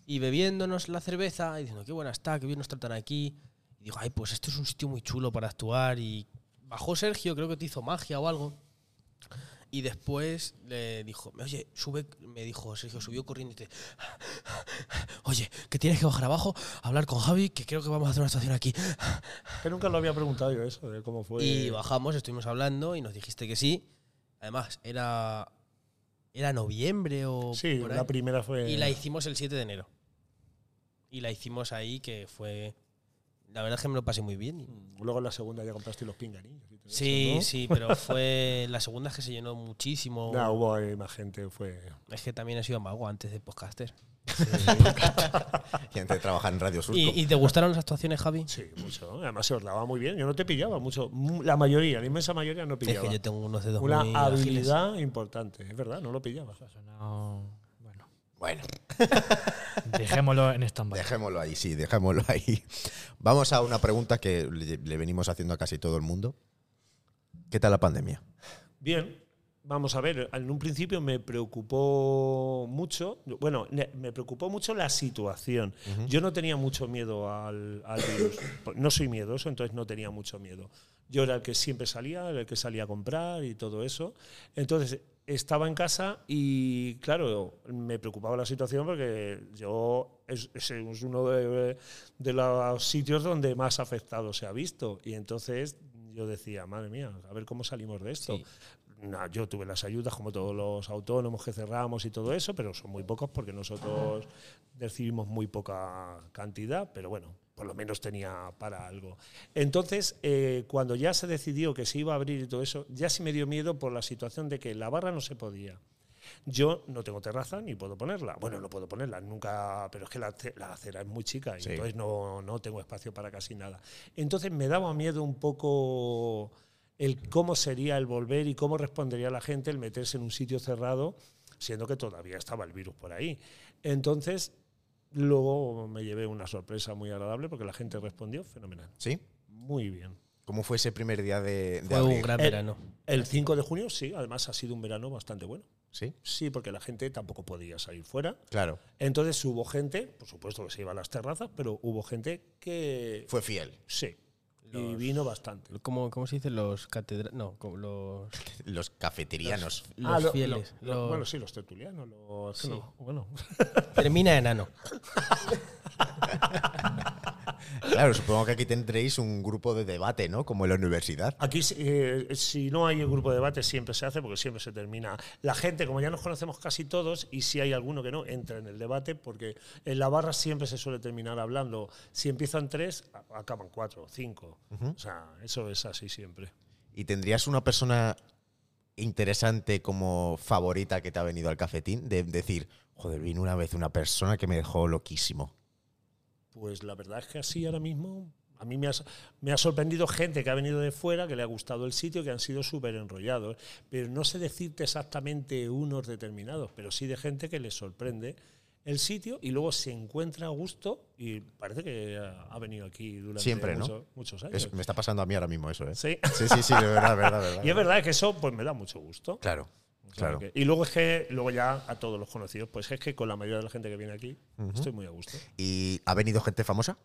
S1: Y bebiéndonos la cerveza y diciendo, qué buena está, qué bien nos tratan aquí. Y digo, ay, pues esto es un sitio muy chulo para actuar. Y bajó Sergio, creo que te hizo magia o algo. Y después le dijo, oye, sube, me dijo Sergio, subió corriendo y dice, "Ah, oye, que tienes que bajar abajo, hablar con Javi, que creo que vamos a hacer una estación aquí.
S4: Que nunca lo había preguntado yo eso, de cómo fue.
S1: Y bajamos, estuvimos hablando y nos dijiste que sí. Además, era, era noviembre o
S4: Sí,
S1: por
S4: la
S1: ahí.
S4: primera fue...
S1: Y la hicimos el 7 de enero. Y la hicimos ahí, que fue. La verdad es que me lo pasé muy bien.
S4: Luego en la segunda ya compraste los pinganillos. y todo eso,
S1: Sí,
S4: ¿no?
S1: sí,
S4: <laughs>
S1: pero fue. La segunda es que se llenó muchísimo.
S4: No, hubo ahí más gente, fue.
S1: Es que también he sido mago antes de podcaster.
S2: Y antes de trabajar en Radio Surco.
S1: ¿Y, y te gustaron las actuaciones, Javi?
S4: Sí, mucho. Además se orlaba muy bien. Yo no te pillaba mucho. Mu- La mayoría, la inmensa mayoría no
S1: Es
S4: pillaba.
S1: que yo tengo unos dedos
S4: Una
S1: muy ágiles.
S4: habilidad importante, es verdad, no lo pillaba.
S3: Ha sonado- Bueno,
S2: bueno,
S3: dejémoslo en stand-by.
S2: dejémoslo ahí, sí, dejémoslo <laughs> ahí. Vamos a una pregunta que le, le venimos haciendo a casi todo el mundo. ¿Qué tal la pandemia?
S4: Bien, vamos a ver. En un principio me preocupó mucho, bueno, ne- me preocupó mucho la situación. Yo no tenía mucho miedo al, al virus. No soy miedoso, entonces no tenía mucho miedo. Yo era el que siempre salía, era el que salía a comprar y todo eso. Entonces estaba en casa y, claro, me preocupaba la situación porque yo es, es uno de, de los sitios donde más afectado se ha visto. Y entonces yo decía, madre mía, a ver cómo salimos de esto.
S1: Sí.
S4: No, yo tuve las ayudas como todos los autónomos que cerramos y todo eso, pero son muy pocos porque nosotros recibimos muy poca cantidad, pero bueno, por lo menos tenía para algo. Entonces, eh, cuando ya se decidió que se iba a abrir y todo eso, ya sí me dio miedo por la situación de que la barra no se podía. Yo no tengo terraza ni puedo ponerla. Bueno, no puedo ponerla nunca, pero es que la, ace- la acera es muy chica y
S2: Sí.
S4: entonces no, no tengo espacio para casi nada. Entonces me daba miedo un poco el cómo sería el volver y cómo respondería la gente el meterse en un sitio cerrado, siendo que todavía estaba el virus por ahí. Entonces, luego me llevé una sorpresa muy agradable porque la gente respondió fenomenal.
S2: ¿Sí?
S4: Muy bien.
S2: ¿Cómo fue ese primer día de, de
S1: Fue
S2: abril?
S1: un gran
S4: Eh,
S1: verano.
S4: El 5 de junio, sí, además ha sido un verano bastante bueno.
S2: ¿Sí?
S4: Sí, porque la gente tampoco podía salir fuera.
S2: Claro.
S4: Entonces hubo gente, por supuesto que se iba a las terrazas, pero hubo gente que
S2: Fue fiel.
S4: sí. y vino bastante.
S1: ¿Cómo, cómo se dicen los catedrales? No, como los,
S2: Los cafeterianos.
S1: los
S4: Ah, lo-
S1: fieles.
S4: lo-
S1: los-
S4: Bueno, sí, los tertulianos. Los,
S1: Sí.
S4: no,
S1: <laughs>
S4: bueno.
S1: Termina
S4: <laughs>
S1: enano.
S2: Claro, supongo que aquí tendréis un grupo de debate, ¿no? Como en la universidad.
S4: Aquí, si- eh, si no hay el grupo de debate, siempre se hace porque siempre se termina. La gente, como ya nos conocemos casi todos, y si hay alguno que no, entra en el debate porque en la barra siempre se suele terminar hablando. Si empiezan tres, a- acaban cuatro, cinco. O sea, eso es así siempre.
S2: ¿Y tendrías una persona interesante como favorita que te ha venido al cafetín? De decir, joder, vino una vez una persona que me dejó loquísimo.
S4: Pues la verdad es que así ahora mismo a mí me ha, me ha sorprendido gente que ha venido de fuera, que le ha gustado el sitio, que han sido súper enrollados. Pero no sé decirte exactamente unos determinados, pero sí de gente que les sorprende el sitio y luego se encuentra a gusto y parece que ha ha venido aquí durante
S2: Siempre, ¿no?
S4: muchos, muchos años.
S2: Es- me está pasando a mí ahora mismo eso, ¿eh?
S4: Sí.
S2: Sí, sí, sí, de verdad, verdad, verdad.
S4: <laughs> Y es verdad que eso pues me da mucho gusto.
S2: Claro,
S4: O sea
S2: claro.
S4: que- y luego es que, luego ya a todos los conocidos, pues es que con la mayoría de la gente que viene aquí estoy muy a gusto.
S2: ¿Y ha venido gente famosa?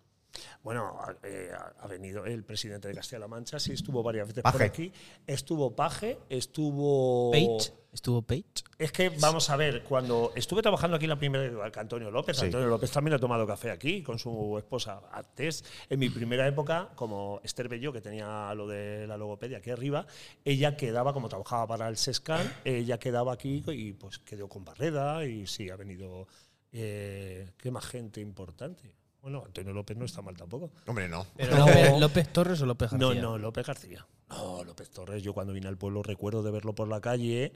S4: Bueno, ha- eh, ha ha venido el presidente de Castilla-La Mancha, sí, estuvo varias veces por
S2: Paje.
S4: aquí. Estuvo Paje, estuvo...
S1: Page. Estuvo Page.
S4: Es que, vamos a ver, cuando estuve trabajando aquí la primera vez con Antonio López,
S2: Sí.
S4: Antonio López también ha tomado café aquí con su esposa antes. En mi primera época, como Esther Bello, que tenía lo de la logopedia aquí arriba, ella quedaba, como trabajaba para el SESCAN, ella quedaba aquí y pues quedó con Barreda y sí, ha venido... eh, ¿Qué más gente importante? Bueno, Antonio López no está mal tampoco.
S2: Hombre, no.
S1: Pero López, López Torres o López
S4: No,
S1: García.
S4: no, López García. No, López Torres. Yo cuando vine al pueblo recuerdo de verlo por la calle,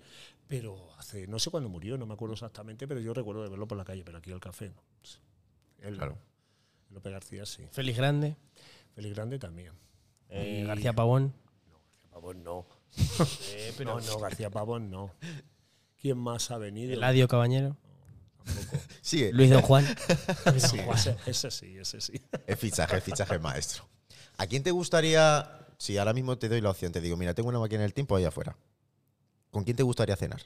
S4: pero hace, no sé cuándo murió, no me acuerdo exactamente, pero yo recuerdo de verlo por la calle, pero aquí al café no. Él no.
S2: Claro.
S4: López García sí.
S1: Félix Grande.
S4: Félix Grande también.
S1: eh,
S4: Y-
S1: García Eh, Pavón.
S4: García
S1: <laughs>
S4: Pavón no. No, no, García Pavón no. ¿Quién más ha venido?
S1: Eladio Cabañero.
S4: Tampoco.
S2: Sigue.
S1: Luis Don Juan.
S4: <laughs> Sí, ese, ese sí, ese sí.
S2: Es fichaje, es fichaje maestro. ¿A quién te gustaría, si ahora mismo te doy la opción, te digo, mira, tengo una máquina del tiempo allá afuera? ¿Con quién te gustaría cenar?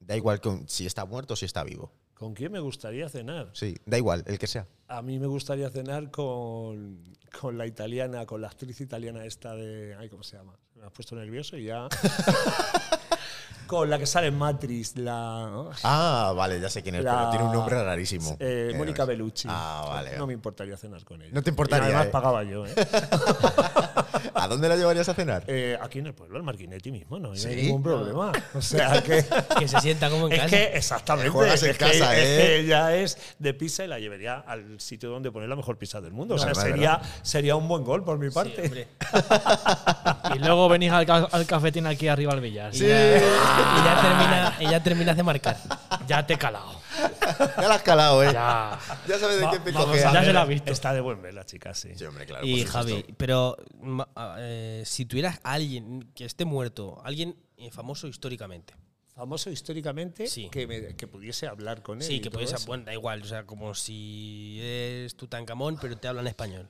S2: Da igual con, si está muerto o si está vivo.
S4: ¿Con quién me gustaría cenar?
S2: Sí, da igual, el que sea.
S4: A mí me gustaría cenar con, con la italiana, con la actriz italiana esta de. Ay, ¿cómo se llama? Me has puesto nervioso
S2: <laughs>
S4: y ya. con la que sale en Matrix, la.
S2: Ah, vale, ya sé quién es, pero
S4: La-
S2: tiene un nombre rarísimo.
S4: eh,
S2: Eh,
S4: Mónica Bellucci.
S2: Ah, vale.
S4: No me importaría cenar con ella.
S2: No te importaría,
S4: Y además
S2: eh. <laughs>
S4: pagaba yo, ¿eh?
S2: <laughs> ¿A dónde la llevarías a cenar?
S4: Eh, Aquí en el pueblo, el Marquinetti mismo, no,
S2: ¿Sí?
S4: hay ningún problema. O
S2: <laughs>
S4: sea que.
S1: Que se sienta como en
S4: Es
S1: casa.
S4: que exactamente.
S2: Juegas en
S4: es que-
S2: casa,
S4: es que
S2: ¿eh?
S4: ella es de pizza y la llevaría al sitio donde poner la mejor pizza del mundo. o sea,
S2: Verdad,
S4: sería, sería un buen gol por mi parte. <laughs>
S3: Y luego venís al, ca- al cafetín aquí arriba al billar.
S1: Y ya,
S4: Ah.
S1: y ya termina, y ya terminas de
S4: <laughs>
S1: marcar.
S3: Ya te he calado.
S2: Ya la has calado, ¿eh? Ya,
S3: Ya.
S2: sabes de
S4: Va-
S2: qué pie
S4: vamos
S2: cojeas.
S4: a
S3: Ya
S4: ver,
S3: se la ha visto.
S4: Está de buen ver la chica, sí.
S2: Sí, hombre, claro.
S1: Y
S2: por supuesto.
S1: Javi, pero ma- a- eh, si tuvieras a alguien que esté muerto, alguien eh, famoso históricamente.
S4: Famoso históricamente
S1: Sí.
S4: que, me- que pudiese hablar con él.
S1: Sí,
S4: y
S1: que
S4: todo
S1: puedes.
S4: eso.
S1: Bueno, da igual, o sea, como si es Tutankamón, pero te hablan español.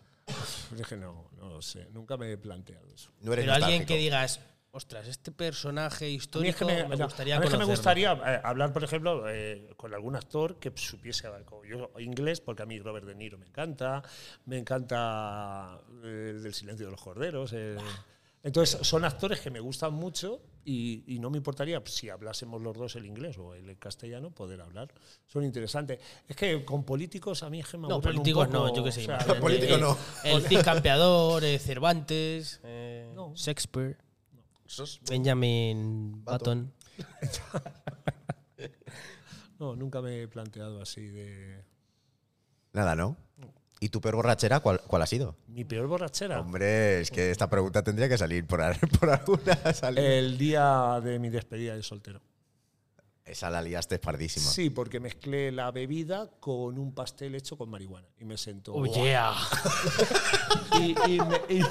S4: Pero es que no, no lo sé. Nunca me he planteado eso.
S2: No eres
S1: Pero alguien
S2: nostálgico.
S1: que digas, ostras, este personaje
S4: A mí
S1: histórico
S4: es que
S1: me,
S4: me, no,
S1: gustaría
S4: a mí es que me
S1: conocerlo".
S4: gustaría eh, hablar, por ejemplo, eh, con algún actor que supiese hablar como yo inglés, porque a mí Robert De Niro me encanta, me encanta eh, el del silencio de los corderos. eh. Entonces, son actores que me gustan mucho y, y no me importaría pues, si hablásemos los dos el inglés o el castellano, poder hablar. Son interesantes. Es que con políticos a mí es que me
S1: No,
S4: aburren un
S1: políticos
S4: poco,
S1: no, yo qué sé.
S4: o sea,
S1: imagínate,
S2: político
S1: eh,
S2: no.
S1: El Cid Campeador, eh, Cervantes, eh,
S4: No.
S1: Shakespeare,
S2: Sos-
S1: Benjamin
S2: Button.
S1: Button.
S4: No, nunca me he planteado así de...
S2: Nada, ¿no? ¿Y tu peor borrachera cuál, cuál ha sido?
S4: Mi peor borrachera.
S2: Hombre, es que esta pregunta tendría que salir por, al- <laughs> por alguna salida.
S4: El día de mi despedida de soltero.
S2: Esa la liaste pardísima.
S4: Sí, porque mezclé la bebida con un pastel hecho con marihuana y me sentó.
S3: Oh,
S1: <laughs>
S3: yeah.
S4: y, y me- y-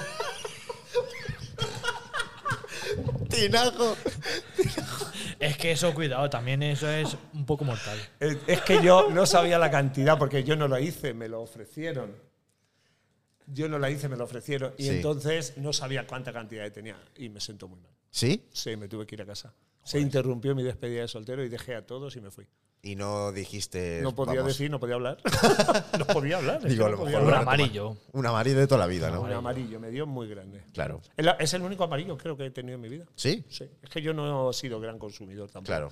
S2: ¡Tinajo!
S3: Es que eso, cuidado, también eso es un poco mortal.
S4: eh, es que yo no sabía la cantidad porque yo no la hice, me lo ofrecieron. Yo no la hice, me lo ofrecieron. Y
S2: Sí.
S4: entonces no sabía cuánta cantidad tenía y me sentó muy mal.
S2: ¿Sí?
S4: Sí, me tuve que ir a casa. Se interrumpió mi despedida de soltero y dejé a todos y me fui.
S2: Y no dijiste.
S4: No podía
S2: Eh, vamos,
S4: decir, no
S2: <laughs>
S4: podía hablar. no podía hablar. es que
S2: Digo, a
S4: no
S2: lo
S4: podía
S2: mejor
S3: Un
S2: Ahora
S4: hablar.
S2: toma.
S3: amarillo.
S2: Un amarillo de toda la vida,
S4: Un
S2: ¿no?
S4: amarillo, me dio muy grande.
S2: Claro.
S4: Es la- Es el único amarillo creo que he tenido en mi vida.
S2: ¿Sí?
S4: Sí. Es que yo no he sido gran consumidor tampoco.
S2: Claro.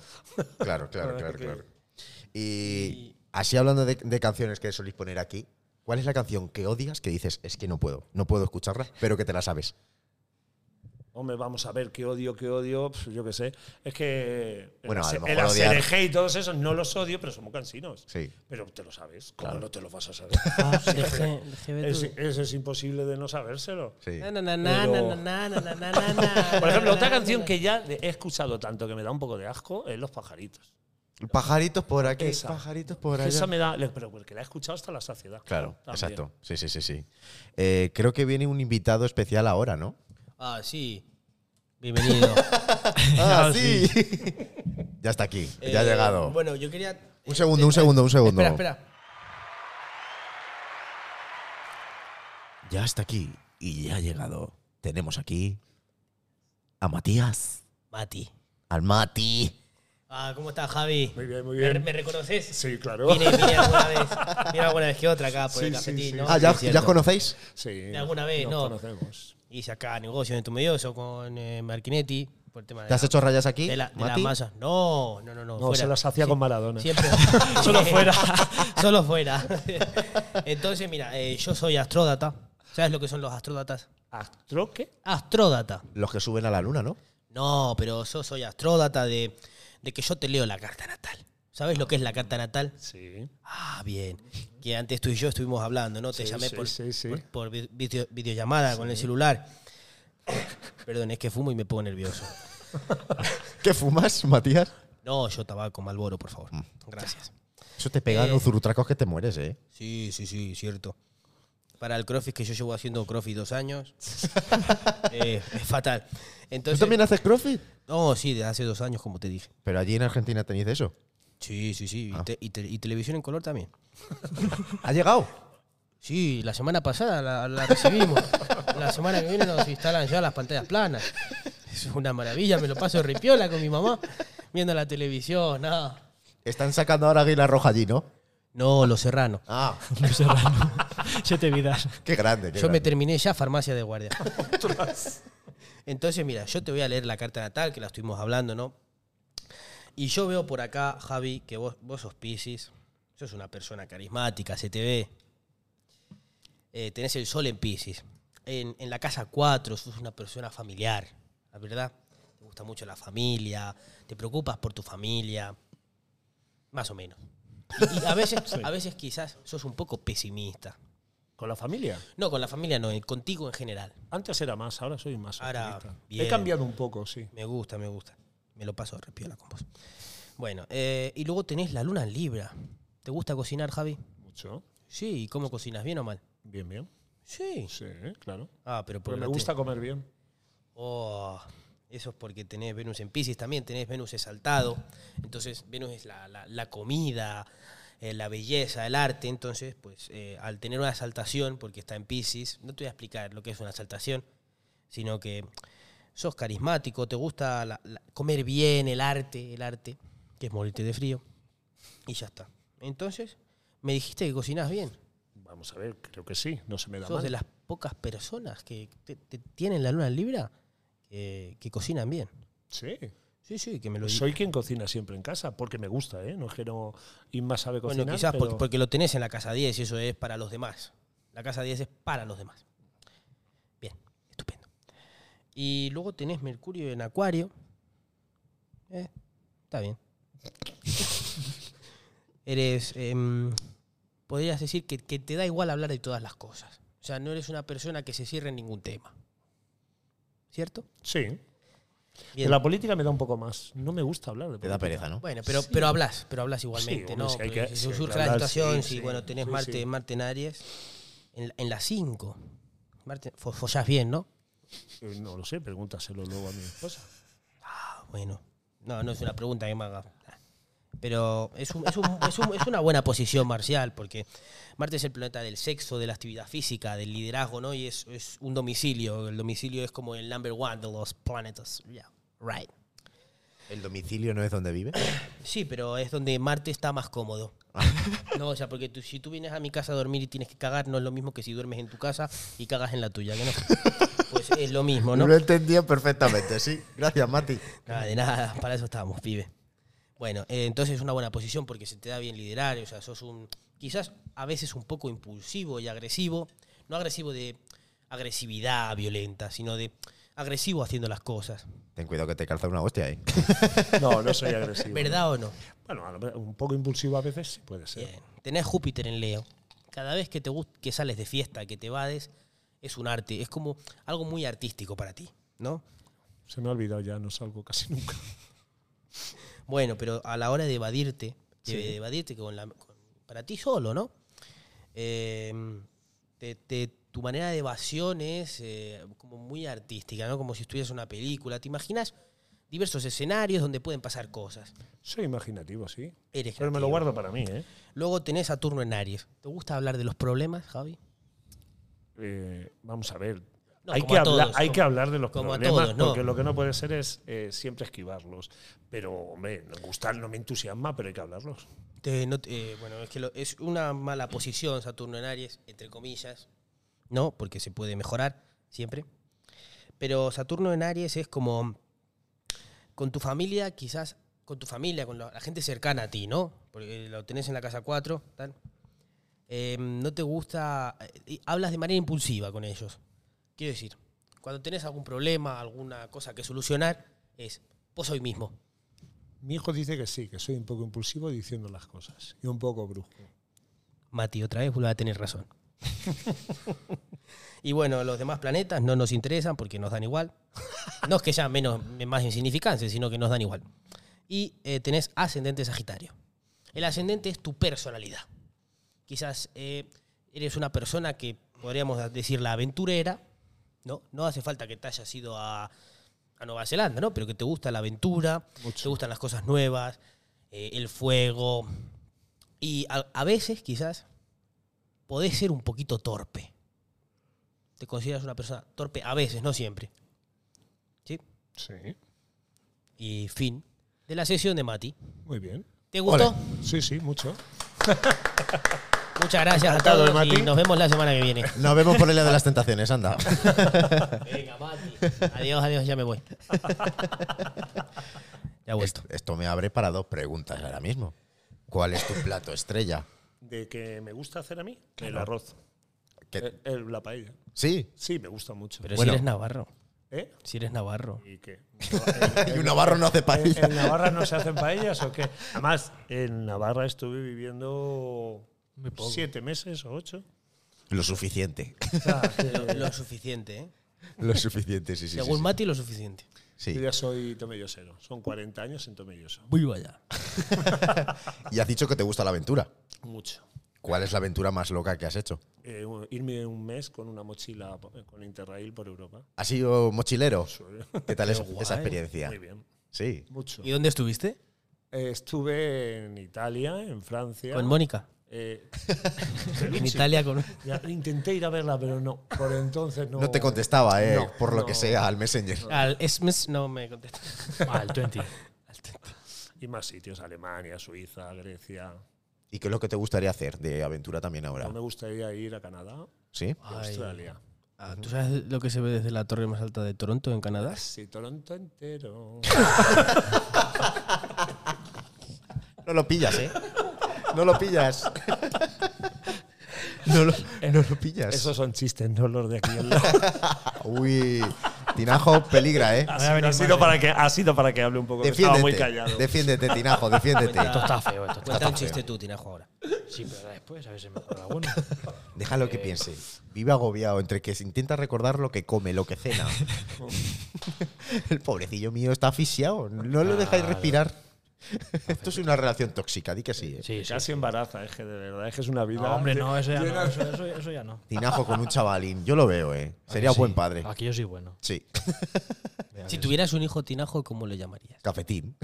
S2: Claro, claro,
S4: verdad
S2: claro,
S4: que-
S2: claro. Y así hablando de, de canciones que solís poner aquí, ¿cuál es la canción que odias que dices es que no puedo, no puedo escucharla, pero que te la sabes?
S4: Hombre, vamos a ver, qué odio, qué odio, pf, yo qué sé. Es que
S2: Bueno, a lo
S4: el, Ase-
S2: mejor
S4: el
S2: odiar-
S4: ASRG y todos esos no los odio, pero somos cansinos.
S2: Sí.
S4: Pero te lo sabes, ¿cómo
S2: Claro.
S4: no te lo vas
S1: <laughs>
S4: a saber?
S1: Ah, deje- deje ver
S4: es,
S1: tu-
S4: eso es imposible de no sabérselo.
S2: Sí.
S1: Na, na, na, na,
S4: Pero-
S1: na, na, na, na, na, na,
S4: <laughs> Por ejemplo,
S1: na, <laughs>
S4: otra
S1: na,
S4: canción
S1: na.
S4: que ya he escuchado tanto que me da un poco de asco es Los pajaritos.
S2: Pajaritos por aquí,
S4: Esa.
S2: pajaritos por
S4: Que Esa
S2: allá.
S4: me da, le- pero porque la he escuchado hasta la saciedad.
S2: Claro,
S4: También.
S2: exacto. Sí, sí, sí, sí. Eh, creo que viene un invitado especial
S1: <laughs>
S2: ahora, ¿no?
S1: Ah, sí. Bienvenido.
S2: Ah, sí. <laughs> ya está aquí, <laughs> ya ha
S1: Eh,
S2: llegado.
S1: Bueno, yo quería. eh,
S2: un segundo, un segundo, un segundo.
S1: Espera, espera.
S2: Ya está aquí y ya ha llegado. Tenemos aquí a Matías,
S1: Mati.
S2: al Mati.
S1: Ah, ¿cómo estás, Javi?
S4: Muy bien, muy
S1: ¿Me,
S4: bien.
S1: me reconoces?
S4: Sí, claro.
S1: Vine, vine alguna vez. Vine alguna vez que otra acá por
S4: Sí,
S1: el
S4: sí,
S1: cafetín,
S4: sí.
S1: ¿no?
S2: Ah, ¿ya,
S1: Sí, es
S2: ya
S1: cierto.
S2: os conocéis?
S4: Sí.
S1: De alguna vez,
S4: nos
S1: no.
S4: conocemos.
S1: Hice acá negocio en el Tumidioso con eh, Marquinetti. Por el tema de
S2: ¿Te has
S1: la-
S2: hecho rayas aquí?
S1: De, la, de las
S2: Mati?
S1: masas. No, no, no. No,
S4: No,
S1: fuera.
S4: se las hacía con Maradona. <laughs>
S1: Siempre. solo fuera. <laughs> solo fuera. Entonces, mira, eh, yo soy astródata. ¿Sabes lo que son los astródatas?
S4: ¿Astro qué?
S1: Astródata.
S2: Los que suben a la luna, ¿no? <laughs>
S1: No, pero yo soy astródata de, de que yo te leo la carta natal. ¿Sabes lo que es la carta natal?
S4: Sí.
S1: Ah, bien. Que antes tú y yo estuvimos hablando, ¿no? Te
S4: Sí,
S1: llamé
S4: sí,
S1: por,
S4: sí, sí.
S1: por- por vi- video- videollamada con el celular. <laughs> Perdón, es que fumo y me pongo nervioso.
S2: ¿Qué fumas, Matías?
S1: No, yo tabaco, Malboro, por favor.
S4: Mm.
S1: Gracias.
S2: Eso te pegan
S1: Eh.
S2: los zurutracos que te mueres, ¿eh?
S1: Sí, sí, sí, cierto. Para el crossfit, que yo llevo haciendo crossfit dos <laughs> años, eh, es fatal.
S2: ¿Tú
S1: Entonces,
S2: también haces crossfit?
S1: No, sí, desde hace dos años, como te dije.
S2: Pero allí en Argentina tenéis eso.
S1: Sí, sí, sí. y
S2: Ah.
S1: te- y te- y televisión en color también.
S2: ¿Ha llegado?
S1: Sí, la semana pasada la, la <laughs> recibimos. la semana que viene nos instalan ya las pantallas planas. Es una maravilla, me lo paso ripiola con mi mamá viendo la televisión. No,
S2: Están sacando ahora Águila Roja allí, ¿no?
S1: no los serranos.
S2: Ah, <laughs>
S3: Luis Serrano.
S1: <laughs>
S3: Siete vidas.
S2: qué grande. qué
S1: Yo me
S2: grande.
S1: terminé ya farmacia de guardia. Entonces, mira, yo te voy a leer la carta natal, que la estuvimos hablando, ¿no? Y yo veo por acá, Javi, que vos, vos sos Piscis, sos una persona carismática, se te ve. Eh, tenés el sol en Piscis. En, en la casa 4 sos una persona familiar, la verdad. Te gusta mucho la familia, te preocupas por tu familia, más o menos. Y, y a, veces, a veces quizás sos un poco pesimista.
S4: ¿Con la familia?
S1: No, con la familia no, eh, contigo en general.
S4: Antes era más, ahora soy más.
S1: Ahora,
S4: optimista.
S1: bien.
S4: He cambiado un poco, sí.
S1: Me gusta, me gusta. Me lo paso repiola con vos. Bueno, eh, y luego tenés la luna en Libra. ¿Te gusta cocinar, Javi?
S4: Mucho.
S1: Sí, ¿y cómo cocinas? ¿Bien o mal?
S4: Bien, bien.
S1: Sí.
S4: Sí, claro.
S1: Ah, pero porque
S4: Porque me
S1: no te-
S4: gusta comer bien.
S1: Oh, eso es porque tenés Venus en Pisces también, tenés Venus exaltado. Entonces, Venus es la, la- la comida, eh, la belleza, el arte. Entonces, pues eh, al tener una exaltación, porque está en Pisces, no te voy a explicar lo que es una exaltación, sino que sos carismático, te gusta la- la- comer bien, el arte, el arte, que es morirte de frío, y ya está. Entonces, me dijiste que cocinás bien.
S4: Vamos a ver, creo que sí. No se me da
S1: Sos
S4: mal.
S1: de las pocas personas que te- te tienen la luna en libra eh, que- que cocinan bien.
S4: Sí.
S1: Sí, sí, que me lo
S4: Soy quien cocina siempre en casa, porque me gusta, ¿eh? No es que no Inma sabe
S1: Bueno,
S4: cocinar.
S1: quizás
S4: pero-
S1: porque, porque lo tenés en la casa 10 y eso es para los demás. La casa 10 es para los demás. Bien, estupendo. Y luego tenés Mercurio en Acuario. Eh, está bien. <laughs> eres. em, podrías decir que, que te da igual hablar de todas las cosas. O sea, no eres una persona que se cierre en ningún tema. ¿Cierto?
S4: Sí.
S1: Bien.
S4: La política me da un poco más. No me gusta hablar de
S2: Te da
S4: política.
S2: pereza, ¿no?
S1: Bueno, pero, pero hablas, pero hablas igualmente,
S4: hombre,
S1: ¿no?
S4: si hay
S1: Porque
S4: que-
S1: si
S4: si hay que
S1: surge la
S4: hablar,
S1: situación,
S4: sí,
S1: si
S4: sí,
S1: bueno, tenés
S4: sí,
S1: Marte,
S4: sí.
S1: Marte en Aries, en, la- en las 5. Marte, fo- follás bien, ¿no?
S4: Eh, No lo sé, pregúntaselo luego a mi esposa.
S1: Ah, bueno. No, no es una pregunta que me haga. Pero es, un- es un- es un- es una buena posición marcial, porque Marte es el planeta del sexo, de la actividad física, del liderazgo, ¿no? Y es, es un domicilio. El domicilio es como el number one de los planetas. Yeah, right.
S2: ¿El domicilio no es donde vive?
S1: Sí, pero es donde Marte está más cómodo. No, o sea, porque tú- si tú vienes a mi casa a dormir y tienes que cagar, no es lo mismo que si duermes en tu casa y cagas en la tuya, que no. Pues es lo mismo, ¿no?
S2: Lo he entendido perfectamente, sí. Gracias, Mati.
S1: Nada, de nada, para eso estábamos, pibe. Bueno, eh, entonces es una buena posición porque se te da bien liderar, o sea, sos un. Quizás a veces un poco impulsivo y agresivo. No agresivo de agresividad violenta, sino de agresivo haciendo las cosas.
S2: Ten cuidado que te calza una hostia, ¿eh?
S4: No, no soy agresivo.
S1: ¿Verdad o no?
S4: Bueno, a lo- un poco impulsivo a veces sí puede ser.
S1: Bien. Tenés Júpiter en Leo. Cada vez que te gust- que sales de fiesta, que te vades, es un arte, es como algo muy artístico para ti, ¿no?
S4: Se me ha olvidado ya, no salgo casi nunca.
S1: Bueno, pero a la hora de evadirte, de,
S4: Sí.
S1: de evadirte con la- con- para ti solo, ¿no? Eh, te- te- tu manera de evasión es eh, como muy artística, ¿no? Como si estuvieras en una película. ¿Te imaginas diversos escenarios donde pueden pasar cosas?
S4: Soy imaginativo, sí.
S1: Eres
S4: Pero me
S1: creativo.
S4: lo guardo para mí, ¿eh?
S1: Luego tenés Saturno en Aries. ¿Te gusta hablar de los problemas, Javi?
S4: Eh, vamos a ver.
S1: No,
S4: hay
S1: como
S4: que,
S1: a
S4: hablar,
S1: todos,
S4: hay
S1: como-
S4: que hablar de los
S1: como a
S4: problemas,
S1: todos, ¿no?
S4: porque lo que no puede ser es eh, siempre esquivarlos. Pero, hombre, no gustar no me entusiasma, pero hay que hablarlos.
S1: Te- no te- eh, bueno, es que lo- es una mala posición Saturno en Aries, entre comillas, ¿no? Porque se puede mejorar siempre. Pero Saturno en Aries es como con tu familia, quizás con tu familia, con la, la gente cercana a ti, ¿no? Porque lo tenés en la casa 4, tal. Eh, no te gusta, eh, y hablas de manera impulsiva con ellos. Quiero decir, cuando tenés algún problema, alguna cosa que solucionar, es vos hoy mismo.
S4: Mi hijo dice que sí, que soy un poco impulsivo diciendo las cosas y un poco brusco.
S1: Mati, otra vez vuelve a tener razón. y bueno, los demás planetas no nos interesan porque nos dan igual. No es que sean menos, más insignificantes, sino que nos dan igual. Y eh, tenés ascendente Sagitario. El ascendente es tu personalidad. Quizás eh, eres una persona que podríamos decir la aventurera, ¿no? No hace falta que te hayas ido a, a Nueva Zelanda, ¿no? Pero que te gusta la aventura, te gustan las cosas nuevas, eh, el fuego, y a, a veces, quizás, podés ser un poquito torpe. Te consideras una persona torpe a veces, no siempre. ¿Sí?
S4: Sí.
S1: Y fin de la sesión de Mati.
S4: Muy bien.
S1: ¿Te gustó?
S2: Ole.
S4: Sí, sí, mucho.
S1: Muchas gracias a
S4: Encantado,
S1: todos
S4: el Mati.
S1: y nos vemos la semana que <laughs> viene.
S2: <laughs> Nos vemos por el <laughs> lado de las tentaciones, anda.
S1: Venga, Mati. Adiós, adiós, ya me <laughs> voy. Ya he vuelto.
S2: <laughs> Esto me abre para dos preguntas ahora mismo. ¿Cuál es tu plato estrella?
S4: ¿De que me gusta hacer a mí? El arroz.
S2: Que-
S4: El- el- la paella.
S2: sí.
S4: Sí, me gusta mucho.
S1: Pero
S2: Bueno.
S1: si eres navarro.
S4: ¿Eh?
S1: Si eres navarro.
S4: ¿Y qué?
S2: <laughs> Y un navarro no hace
S4: ¿En,
S2: paella.
S4: en Navarra no se hacen paellas o qué? Además, en Navarra estuve viviendo siete meses o ocho.
S2: Lo suficiente. <laughs>
S4: O sea, que
S1: Ah, Lo, lo suficiente, ¿eh?
S2: Lo suficiente, sí, sí. sí,
S1: Según
S2: sí.
S1: Mati, lo suficiente.
S2: Sí.
S4: Yo ya soy tomellosero. Son 40 años en tomelloso.
S1: Muy vaya.
S2: Y has dicho que te gusta la aventura.
S4: Mucho.
S2: ¿Cuál es la aventura más loca que has hecho?
S4: Eh, u- irme un mes con una mochila po- con Interrail por Europa. eh.
S2: ¿Has sido mochilero? ¿Qué tal <laughs> es esa experiencia?
S4: Muy bien.
S2: Sí.
S4: Mucho.
S1: ¿Y dónde estuviste?
S4: Eh, estuve en Italia, en Francia.
S1: Con Mónica.
S4: Eh,
S1: En Italia con...
S4: ya intenté ir a verla, pero no. Por entonces no.
S2: No te contestaba, ¿eh?
S4: No,
S2: por lo
S4: no.
S2: que sea, al Messenger.
S1: Al SMS no me contesta.
S3: Ah, el 20.
S4: Y más sitios, Alemania, Suiza, Grecia.
S2: ¿Y qué es lo que te gustaría hacer de aventura también ahora?
S4: No me gustaría ir a Canadá
S2: ¿Sí?
S4: y Australia.
S1: Ah, ¿Tú sabes lo que se ve desde la torre más alta de Toronto, en Canadá?
S4: Sí, Toronto entero.
S2: No lo pillas, ¿eh? No lo pillas. No lo, no lo pillas.
S4: Esos son chistes, no los de aquí. <laughs>
S2: Uy, Tinajo peligra, ¿eh?
S4: Ha sido, ha sido para que, ha sido para que hable un poco. que Estaba muy callado.
S2: Defiéndete. Defiéndete, Tinajo, defiéndete.
S3: Esto está feo. Esto está
S1: Cuenta un
S2: feo.
S1: chiste tú, Tinajo, ahora.
S3: Sí, pero después a ver si me acuerdo alguno.
S2: Déjalo que piense. Vive agobiado entre que se intenta recordar lo que come, lo que
S4: <laughs>
S2: cena. El pobrecillo mío está asfixiado. No lo dejáis
S3: Claro.
S2: respirar. Esto es una relación tóxica, di que sí. ¿eh?
S3: Sí, sí.
S4: Casi embaraza, es que de verdad, es que es una vida.
S3: No, hombre,
S4: de-
S3: no, eso ya no.
S4: llena-
S3: Eso, eso- eso ya no.
S2: Tinajo con un chavalín. Yo lo veo, ¿eh? Sería
S3: Aquí sí.
S2: buen padre.
S3: Aquí yo soy bueno.
S2: Sí. <laughs>
S3: Mira,
S1: Si
S3: que-
S1: tuvieras un hijo Tinajo, ¿cómo lo llamarías?
S2: <laughs> Cafetín.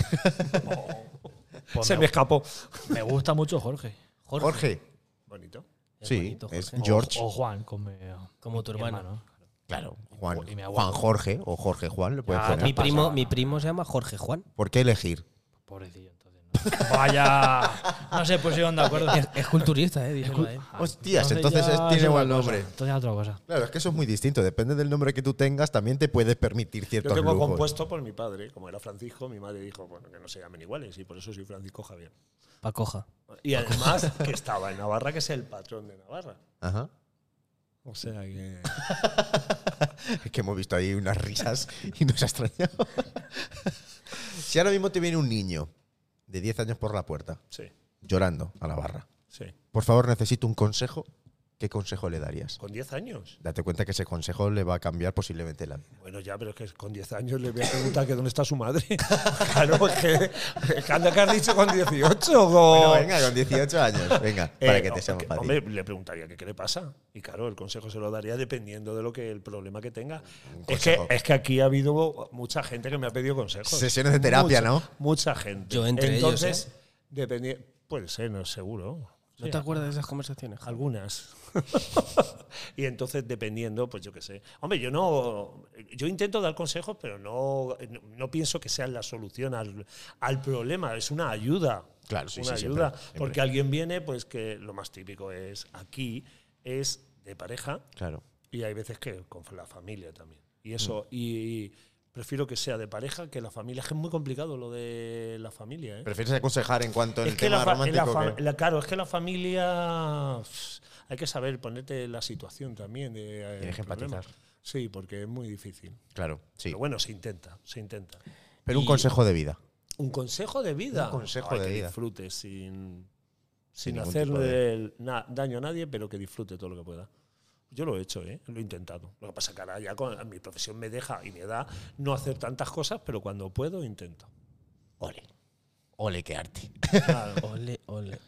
S3: pues
S4: Se me
S3: me,
S4: escapó.
S3: me gusta mucho Jorge.
S1: Jorge.
S2: Jorge.
S4: Bonito.
S1: Es
S2: sí,
S1: bonito,
S2: es
S1: Jorge.
S2: George.
S3: O, o Juan, como, eh,
S1: Como tu
S3: mi
S1: hermano.
S2: Claro, Juan,
S3: Y mi abuelo.
S2: Juan Jorge o Jorge Juan le puedes
S3: Ah,
S2: poner.
S1: Mi
S3: pasa
S1: primo,
S3: nada.
S1: mi primo se llama Jorge Juan.
S2: ¿Por qué elegir?
S3: Pobrecillo, entonces. no. <laughs> Vaya. No se pusieron de
S1: <laughs>
S3: acuerdo.
S1: Es, es culturista, eh, dice la, eh.
S2: Hostias, entonces es-
S3: ya
S2: tiene
S3: otra
S2: buen
S3: cosa,
S2: nombre.
S3: Entonces ya otra cosa.
S2: Claro, es que eso es muy distinto. Depende del nombre que tú tengas, también te puedes permitir
S4: Yo
S2: ciertos
S4: tengo
S2: lujos.
S4: compuesto por mi padre, como era Francisco, mi madre dijo bueno, que no se llamen iguales y por eso soy Francisco Javier.
S1: Pacoja.
S4: Y <laughs> además que estaba en Navarra, que es el patrón de Navarra.
S2: Ajá.
S4: O sea que.
S2: Es que hemos visto ahí unas risas y nos ha extrañado. si ahora mismo te viene un niño de 10 años por la puerta,
S4: Sí,
S2: llorando a la barra,
S4: sí.
S2: por favor, necesito un consejo. ¿Qué consejo le darías?
S4: Con 10 años.
S2: Date cuenta que ese consejo le va a cambiar posiblemente la vida.
S4: Bueno, ya, pero es que con 10 años le voy a preguntar que dónde está su madre. <laughs> claro, es que. es que Anda, que has dicho con 18.
S2: Bueno,
S4: go-
S2: venga, con 18 años, <laughs> venga,
S4: Eh,
S2: para que
S4: no,
S2: te sea más
S4: que-
S2: fácil.
S4: Hombre, le preguntaría que qué le pasa. Y claro, el consejo se lo daría dependiendo de lo que el problema que tenga. Es que,
S2: consejo.
S4: es que aquí ha habido mucha gente que me ha pedido consejos.
S2: Sesiones de terapia,
S4: Mucha-
S2: ¿no?
S4: Mucha gente.
S1: Yo entre ellos, ¿eh?
S4: Entonces, dependi- puede ser, no seguro.
S1: ¿No
S4: Sí,
S1: te acuerdas de esas conversaciones?
S4: algunas. <laughs> y entonces, dependiendo, pues yo qué sé. Hombre, yo no. Yo intento dar consejos, pero no, no, no pienso que sean la solución al, al problema. Es una ayuda.
S2: Claro, sí,
S4: Una
S2: sí, siempre,
S4: ayuda.
S2: siempre.
S4: Porque alguien viene, pues que lo más típico es aquí, es de pareja
S2: Claro.
S4: y hay veces que con la familia también. Y
S2: Mm.
S4: eso. Y. Prefiero que sea de pareja que la familia. Es que es muy complicado lo de la familia. ¿eh?
S2: ¿Prefieres aconsejar en cuanto al
S4: Es que
S2: tema
S4: la fa- la
S2: romántico?
S4: fa-
S2: que-
S4: la- claro, es que la familia pff, hay que saber ponerte la situación también de eh,
S2: Tienes que
S4: problema.
S2: empatizar.
S4: Sí, porque es muy difícil.
S2: Claro, sí.
S4: Pero bueno, se intenta, se intenta.
S2: Pero un
S4: y-
S2: consejo de vida.
S4: Un consejo de vida.
S2: Un consejo
S4: Ay,
S2: de
S4: que
S2: vida.
S4: Disfrute
S2: Sin
S4: sin, sin,
S2: ningún
S4: hacer
S2: tipo de-
S4: el- na- daño a nadie, pero que disfrute todo lo que pueda. Yo lo he hecho, ¿eh? lo he intentado. Lo que pasa es que ahora ya con, mi profesión me deja y me da no hacer tantas cosas, pero cuando puedo intento.
S2: Ole. Ole, qué arte.
S1: Ole, ole.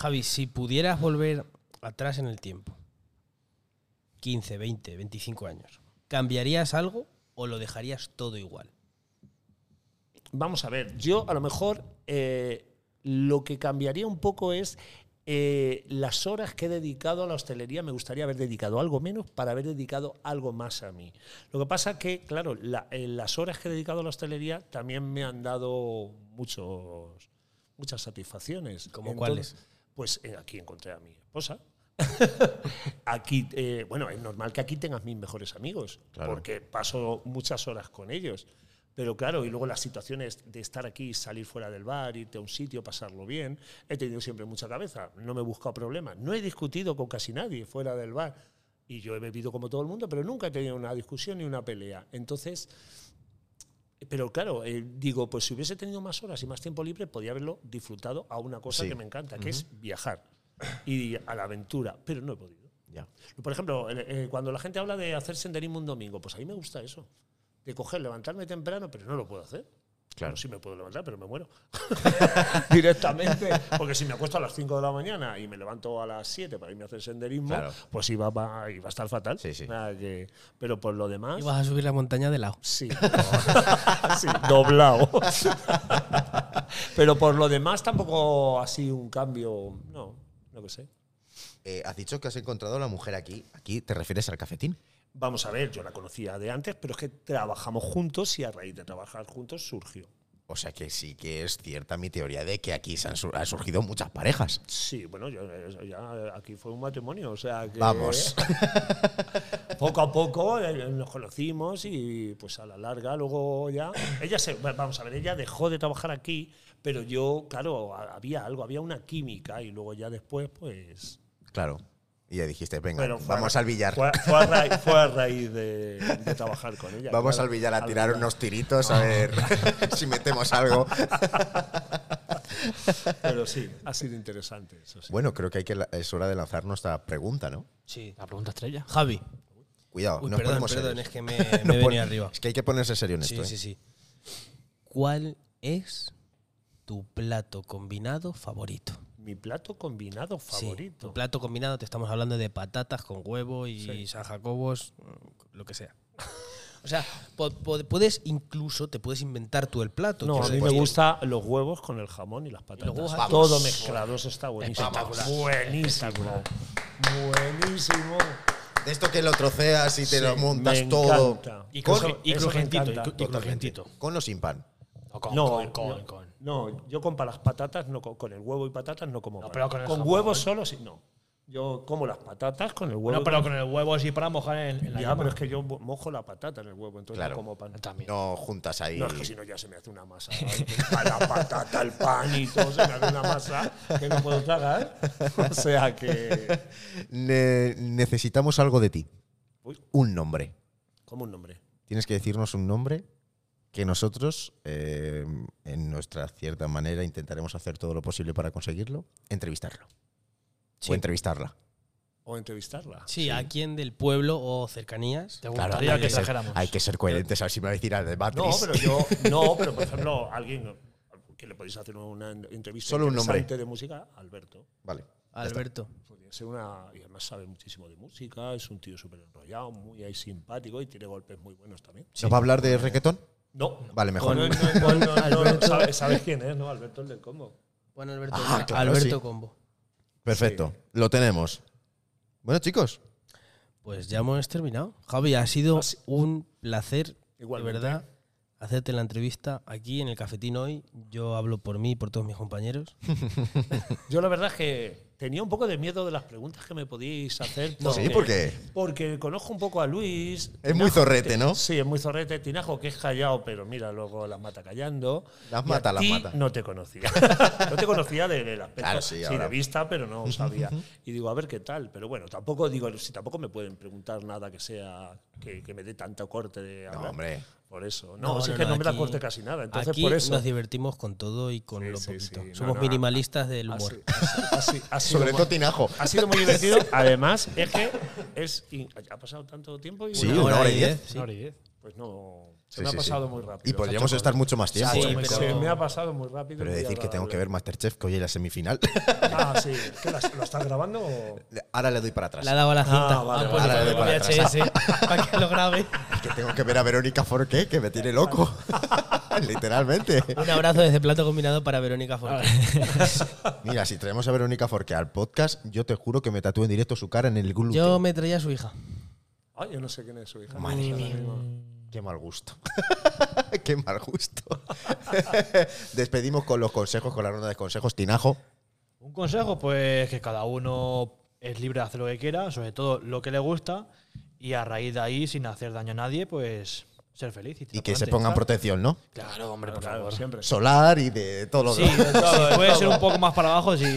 S1: Javi, si pudieras volver atrás en el tiempo, 15, 20, 25 años, ¿cambiarías algo o lo dejarías todo igual?
S4: Vamos a ver, yo a lo mejor eh, lo que cambiaría un poco es eh, las horas que he dedicado a la hostelería. Me gustaría haber dedicado algo menos para haber dedicado algo más a mí. Lo que pasa que, claro, la- eh, las horas que he dedicado a la hostelería también me han dado muchos, muchas satisfacciones.
S1: ¿Cómo
S4: Entonces,
S1: cuáles?
S4: Pues eh, aquí encontré a mi esposa. aquí, eh, bueno, es normal que aquí tengas mis mejores amigos,
S2: Claro.
S4: porque paso muchas horas con ellos. Pero claro, y luego las situaciones de estar aquí, salir fuera del bar, irte a un sitio, pasarlo bien. He tenido siempre mucha cabeza, no me he buscado problemas, no he discutido con casi nadie fuera del bar. Y yo he bebido como todo el mundo, pero nunca he tenido una discusión ni una pelea. Entonces, pero claro, eh, digo, pues si hubiese tenido más horas y más tiempo libre, podía haberlo disfrutado a una cosa
S2: Sí.
S4: que me encanta, que es viajar y a la aventura, pero no he podido.
S2: Ya.
S4: Por ejemplo, eh, eh, cuando la gente habla de hacer senderismo un domingo, pues a mí me gusta eso. De coger, levantarme temprano, pero no lo puedo hacer.
S2: Claro.
S4: Bueno, sí me puedo levantar, pero
S2: <laughs>
S4: me muero. Directamente. Porque si me acuesto a las 5 de la mañana y me levanto a las 7 para irme a hacer senderismo,
S2: Claro.
S4: pues iba, va- iba a estar fatal.
S2: Sí, sí.
S4: Nada que- pero por lo demás.
S1: Ibas a subir la montaña de lado.
S4: Sí, <laughs> sí, doblado. <laughs> Pero por lo demás tampoco así un cambio, no, no que sé.
S2: Eh, has dicho que has encontrado a la mujer aquí. Aquí te refieres al cafetín.
S4: Vamos a ver, yo la conocía de antes, pero es que trabajamos juntos y a raíz de trabajar juntos surgió.
S2: O sea que sí que es cierta mi teoría de que aquí se han sur- han surgido muchas parejas.
S4: Sí, bueno, yo, eso ya aquí fue un matrimonio, o sea que
S2: Vamos.
S4: <laughs>
S2: <laughs>
S4: poco a poco eh, nos conocimos y pues a la larga luego ya ella se va- vamos a ver, ella dejó de trabajar aquí, pero yo claro, ha- había algo, había una química y luego ya después pues
S2: Claro. Y ya dijiste, venga,
S4: Pero fue
S2: vamos
S4: a-
S2: al billar.
S4: Fue, fue a raíz, fue a raíz de, de trabajar con ella.
S2: Vamos
S4: claro.
S2: al billar a
S4: Al
S2: tirar
S4: billar.
S2: unos tiritos a
S4: <laughs>
S2: ver <laughs> si metemos algo.
S4: Pero sí, ha sido interesante. Eso sí.
S2: Bueno, creo que, hay que la- es hora de lanzar nuestra pregunta, ¿no?
S1: Sí.
S3: La pregunta estrella.
S1: Javi.
S2: Cuidado,
S1: Uy,
S2: no
S1: perdón,
S2: ponemos
S1: perdón,
S2: serios.
S1: es que
S2: <laughs>
S1: me,
S2: No
S1: me he
S2: pon-
S1: venido arriba.
S2: Es que hay que ponerse serio en
S1: Sí,
S2: esto.
S1: sí,
S2: ¿eh?
S1: sí. ¿Cuál es tu plato combinado favorito?
S4: Mi plato combinado
S1: Sí,
S4: favorito.
S1: tu plato combinado, te estamos hablando de patatas con huevo y
S4: Sí.
S1: San Jacobos, mm, lo que sea. <laughs> O sea, po- po- puedes incluso, te puedes inventar tú el plato.
S4: no,
S1: quiero
S4: a mí me
S1: decir.
S4: gustan los huevos con el jamón y las patatas.
S1: huevos
S4: Vamos. Todo mezclado, eso está buenísimo.
S1: Espectacular.
S4: Buenísimo. Buenísimo.
S2: De esto que lo troceas y te
S4: Sí,
S2: lo montas
S4: me
S2: todo.
S4: encanta.
S1: Y,
S4: Con-
S1: crujen- y
S4: eso me
S1: crujentito.
S4: encanta.
S1: y cru- y
S2: Totalmente.
S1: crujentito.
S2: Con o sin pan.
S3: O con,
S4: no,
S3: con, con,
S4: no,
S3: con.
S4: no, yo con pa- las patatas, no, con, con el huevo y patatas no como.
S3: No,
S4: pan.
S3: pero con el jamón.
S4: huevos solo sí, no. Yo como las patatas con el huevo.
S3: No,
S4: y
S3: pero
S4: con-
S3: con el huevo así para mojar en, en la
S4: ya,
S3: yema.
S4: pero es que yo mo- mojo la patata en el huevo, entonces
S2: Claro.
S4: no como pan.
S3: También.
S2: No juntas ahí.
S4: No, es que si no ya se me hace una masa. A la patata, el pan y todo se me hace una masa que no puedo tragar. O sea que...
S2: Ne- necesitamos algo de ti.
S4: Uy.
S2: Un nombre.
S4: Como un nombre.
S2: Tienes que decirnos un nombre que nosotros, eh, en nuestra cierta manera, intentaremos hacer todo lo posible para conseguirlo. Entrevistarlo.
S1: Sí.
S2: O entrevistarla.
S4: O entrevistarla.
S1: Sí, a quien del pueblo o cercanías.
S3: Te
S2: Claro,
S3: gustaría
S2: hay
S3: que
S2: ser-
S3: trajéramos.
S2: Hay que ser coherentes, a ver si me va a decir a The
S4: No,
S2: Matrix.
S4: pero yo... No, pero por ejemplo, alguien que le podéis hacer una en- entrevista
S2: Solo un nombre.
S4: interesante de música, Alberto.
S2: Vale.
S1: Alberto.
S4: Podría ser una... Y además sabe muchísimo de música, es un tío súper enrollado, muy ahí simpático y tiene golpes muy buenos también.
S2: ¿Nos va a hablar de reggaetón?
S4: No.
S2: Vale, mejor.
S4: No, no, no,
S2: <laughs>
S4: no, no, no,
S1: Alberto.
S4: sabes, sabes quién es, ¿no? Alberto el del combo.
S1: Juan Alberto,
S2: Ah, claro,
S1: Alberto
S2: sí.
S1: Combo.
S2: Perfecto. Lo tenemos. Bueno, chicos.
S1: Pues ya hemos terminado. Javi, ha sido
S4: Así-
S1: un placer,
S4: Ah, Igualmente.
S1: de verdad, hacerte la entrevista aquí en el cafetín hoy. Yo hablo por mí y por todos mis compañeros.
S4: Yo la verdad es que tenía un poco de miedo de las preguntas que me podíais hacer.
S2: Sí, porque
S4: Porque conozco un poco a Luis.
S2: es muy zorrete, ¿no?
S4: Sí, es muy zorrete. Tinajo que es callado, pero mira, luego las mata callando.
S2: Las
S4: Y
S2: mata,
S4: a
S2: las
S4: ti
S2: mata.
S4: No
S2: <laughs>
S4: te conocía. no te conocía de, del aspecto.
S2: Claro, sí,
S4: sí,
S2: ahora.
S4: de vista, pero no sabía. Y digo, a ver qué tal. Pero bueno, tampoco digo, si tampoco me pueden preguntar nada que sea que, que me dé tanto corte de
S2: No,
S4: hablar.
S2: hombre.
S4: Por eso. No, si es que no, me da
S1: aquí-
S4: corte casi nada. Entonces,
S1: aquí
S4: por eso.
S1: nos divertimos con todo y con
S4: Sí,
S1: lo
S4: sí,
S1: poquito.
S4: sí. No,
S1: Somos
S4: no, ah,
S1: minimalistas del humor.
S4: Así- así- <laughs> así
S2: Sobre
S4: como-
S2: todo Tinajo.
S4: ha sido muy divertido. <laughs> Además, es que es in- ha pasado tanto tiempo y
S2: Sí, una hora y diez.
S1: sí.
S3: Una hora y diez.
S4: pues no se
S2: Sí,
S4: me
S2: sí,
S4: ha
S2: sí.
S4: pasado muy rápido.
S2: Y podríamos estar mucho más tiempo.
S1: Sí,
S2: ¿eh?
S1: pero-
S4: Se me ha pasado muy rápido.
S2: Pero
S4: muy
S2: decir que tengo que ver
S4: agradable.
S2: Masterchef, que hoy es la semifinal.
S4: Ah, sí. ¿Qué, la, ¿Lo estás grabando? o?
S2: <laughs> Ahora le doy para atrás.
S1: Le ha dado a la cinta.
S4: Ah, vale,
S1: Ah, pues
S2: vale,
S1: le
S2: vale,
S1: pongo
S2: vale,
S1: VHS <laughs> para que lo grabe.
S2: Que tengo que ver a Verónica Forqué, que me tiene loco. <laughs> Literalmente.
S1: Un abrazo desde plato combinado para
S4: Ah,
S1: Verónica Forte.
S2: Mira, si traemos a Verónica Forqué al podcast, yo te juro que me tatúo en directo su cara en el glúteo.
S1: Yo me traía a su hija.
S4: Ay, yo no sé quién es su hija.
S2: Madre
S4: Ahora
S2: mía.
S4: mismo.
S2: Qué mal gusto. <laughs> Qué mal gusto. <laughs> Despedimos con los consejos, con la ronda de consejos. Tinajo.
S3: Un consejo, pues que cada uno es libre de hacer lo que quiera, sobre todo lo que le gusta, y a raíz de ahí, sin hacer daño a nadie, pues ser feliz.
S2: Y que se pongan protección, ¿no?
S3: Claro, hombre, por
S4: Claro,
S3: favor.
S4: siempre.
S2: Solar y de todo lo
S3: Sí,
S2: demás.
S3: sí, puede ser un poco más para abajo, sí.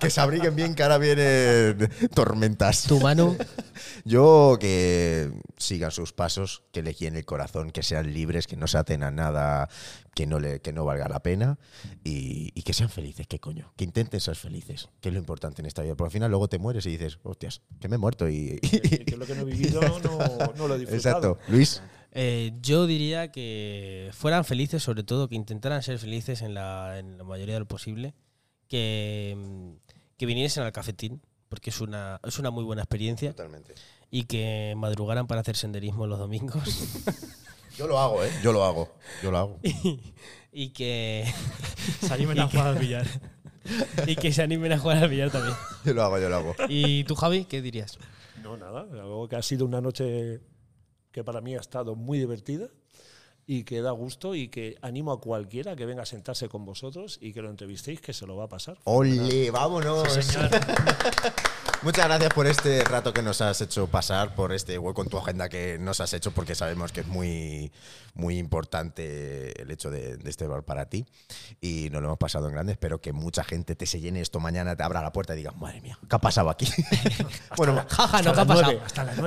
S2: Que se abriguen bien, que ahora vienen tormentas.
S1: Tu mano.
S2: <laughs> Yo que sigan sus pasos, que le guíen el corazón, que sean libres, que no se aten a nada que no, le, que no valga la pena y, y que sean felices, que coño, que intenten ser felices, que es lo importante en esta vida, porque al final luego te mueres y dices, hostias, que me he muerto y...
S4: Que que lo que no he vivido no, no lo he disfrutado.
S2: <laughs> Exacto, Luis.
S1: Eh, yo diría que fueran felices, sobre todo, que intentaran ser felices en la, en la mayoría de lo posible, que, mm, que viniesen al cafetín, porque es una, es una muy buena experiencia,
S2: Totalmente.
S1: y que madrugaran para hacer senderismo los domingos,
S2: Yo lo hago, ¿eh? Yo lo hago, yo
S1: <laughs>
S2: lo hago.
S1: y
S4: <laughs>
S1: que,
S3: Salíme la jugada al billar.
S1: <laughs> y que se animen a jugar al billar también.
S2: Yo lo hago, yo lo hago.
S1: ¿Y tú, Javi, qué dirías?
S4: No, nada. Algo que ha sido una noche que para mí ha estado muy divertida y que da gusto y que animo a cualquiera que venga a sentarse con vosotros y que lo entrevistéis, que se lo va a pasar.
S2: Ole, vámonos. <laughs> Muchas gracias por este rato que nos has hecho pasar, por este hueco en tu agenda que nos has hecho, porque sabemos que es muy, muy importante el hecho de, de este bar para ti. Y nos lo hemos pasado en grande. Espero que mucha gente te se llene esto mañana, te abra la puerta y digas, madre mía, ¿qué ha pasado aquí? <laughs> bueno,
S1: Jaja, no,
S4: Hasta
S1: ¿qué ha
S4: las nueve,
S1: pasado?
S4: Hasta las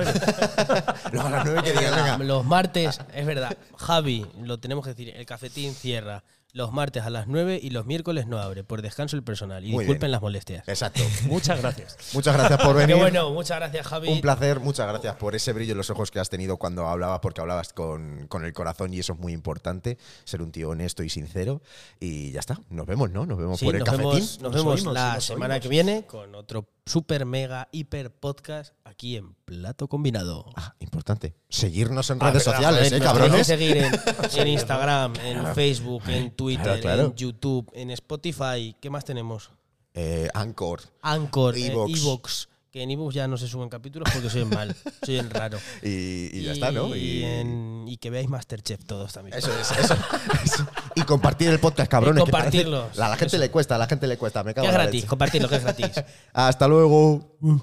S4: nueve.
S2: luego a las nueve que
S4: <laughs>
S1: Es
S2: digan,
S1: verdad,
S2: venga.
S1: Los martes, es verdad, Javi, lo tenemos que decir, el cafetín cierra los martes a las 9 y los miércoles no abre, por descanso el personal. Y
S2: Muy
S1: disculpen
S2: bien. Eh,
S1: las molestias.
S2: Exacto.
S4: <laughs> Muchas gracias.
S2: Muchas gracias por venir.
S1: Qué bueno, muchas gracias, Javi.
S2: Un placer, muchas gracias por ese brillo en los ojos que has tenido cuando hablabas, porque hablabas con, con el corazón y eso es muy importante, ser un tío honesto y sincero. Y ya está, nos vemos, ¿no? Nos vemos
S1: Sí,
S2: por el
S1: nos
S2: cafetín.
S1: vemos, nos
S4: Nos
S1: vemos
S4: oímos,
S1: la
S4: nos
S1: semana
S4: oímos.
S1: que viene con otro super mega hiper podcast aquí en Plato Combinado.
S2: Ah, importante. Seguirnos en
S1: Ah,
S2: redes
S1: verdad,
S2: sociales,
S1: joder,
S2: ¿eh,
S1: nos tenéis
S2: cabrones?
S1: que seguir
S2: <laughs>
S1: en, en Instagram, en Facebook, en Twitter,
S2: Claro, claro.
S1: en YouTube, en Spotify. ¿Qué más tenemos?
S2: Eh, Anchor.
S1: Anchor, eh,
S2: Evox.
S1: Evox. que en ebooks ya no se suben capítulos porque soy
S2: <laughs>
S1: mal, soy en raro.
S2: Y, y ya está, ¿no?
S1: Y, en- y que veáis Masterchef todos también.
S2: Eso es, eso, eso. Y compartir el podcast, cabrones. que
S1: compartirlos,
S2: parece- a la gente
S1: eso.
S2: le cuesta, a la gente le cuesta. Me
S1: que
S2: cago
S1: es
S2: en la
S1: gratis,
S2: <laughs> leche.
S1: compartidlo, que es gratis.
S2: Hasta luego.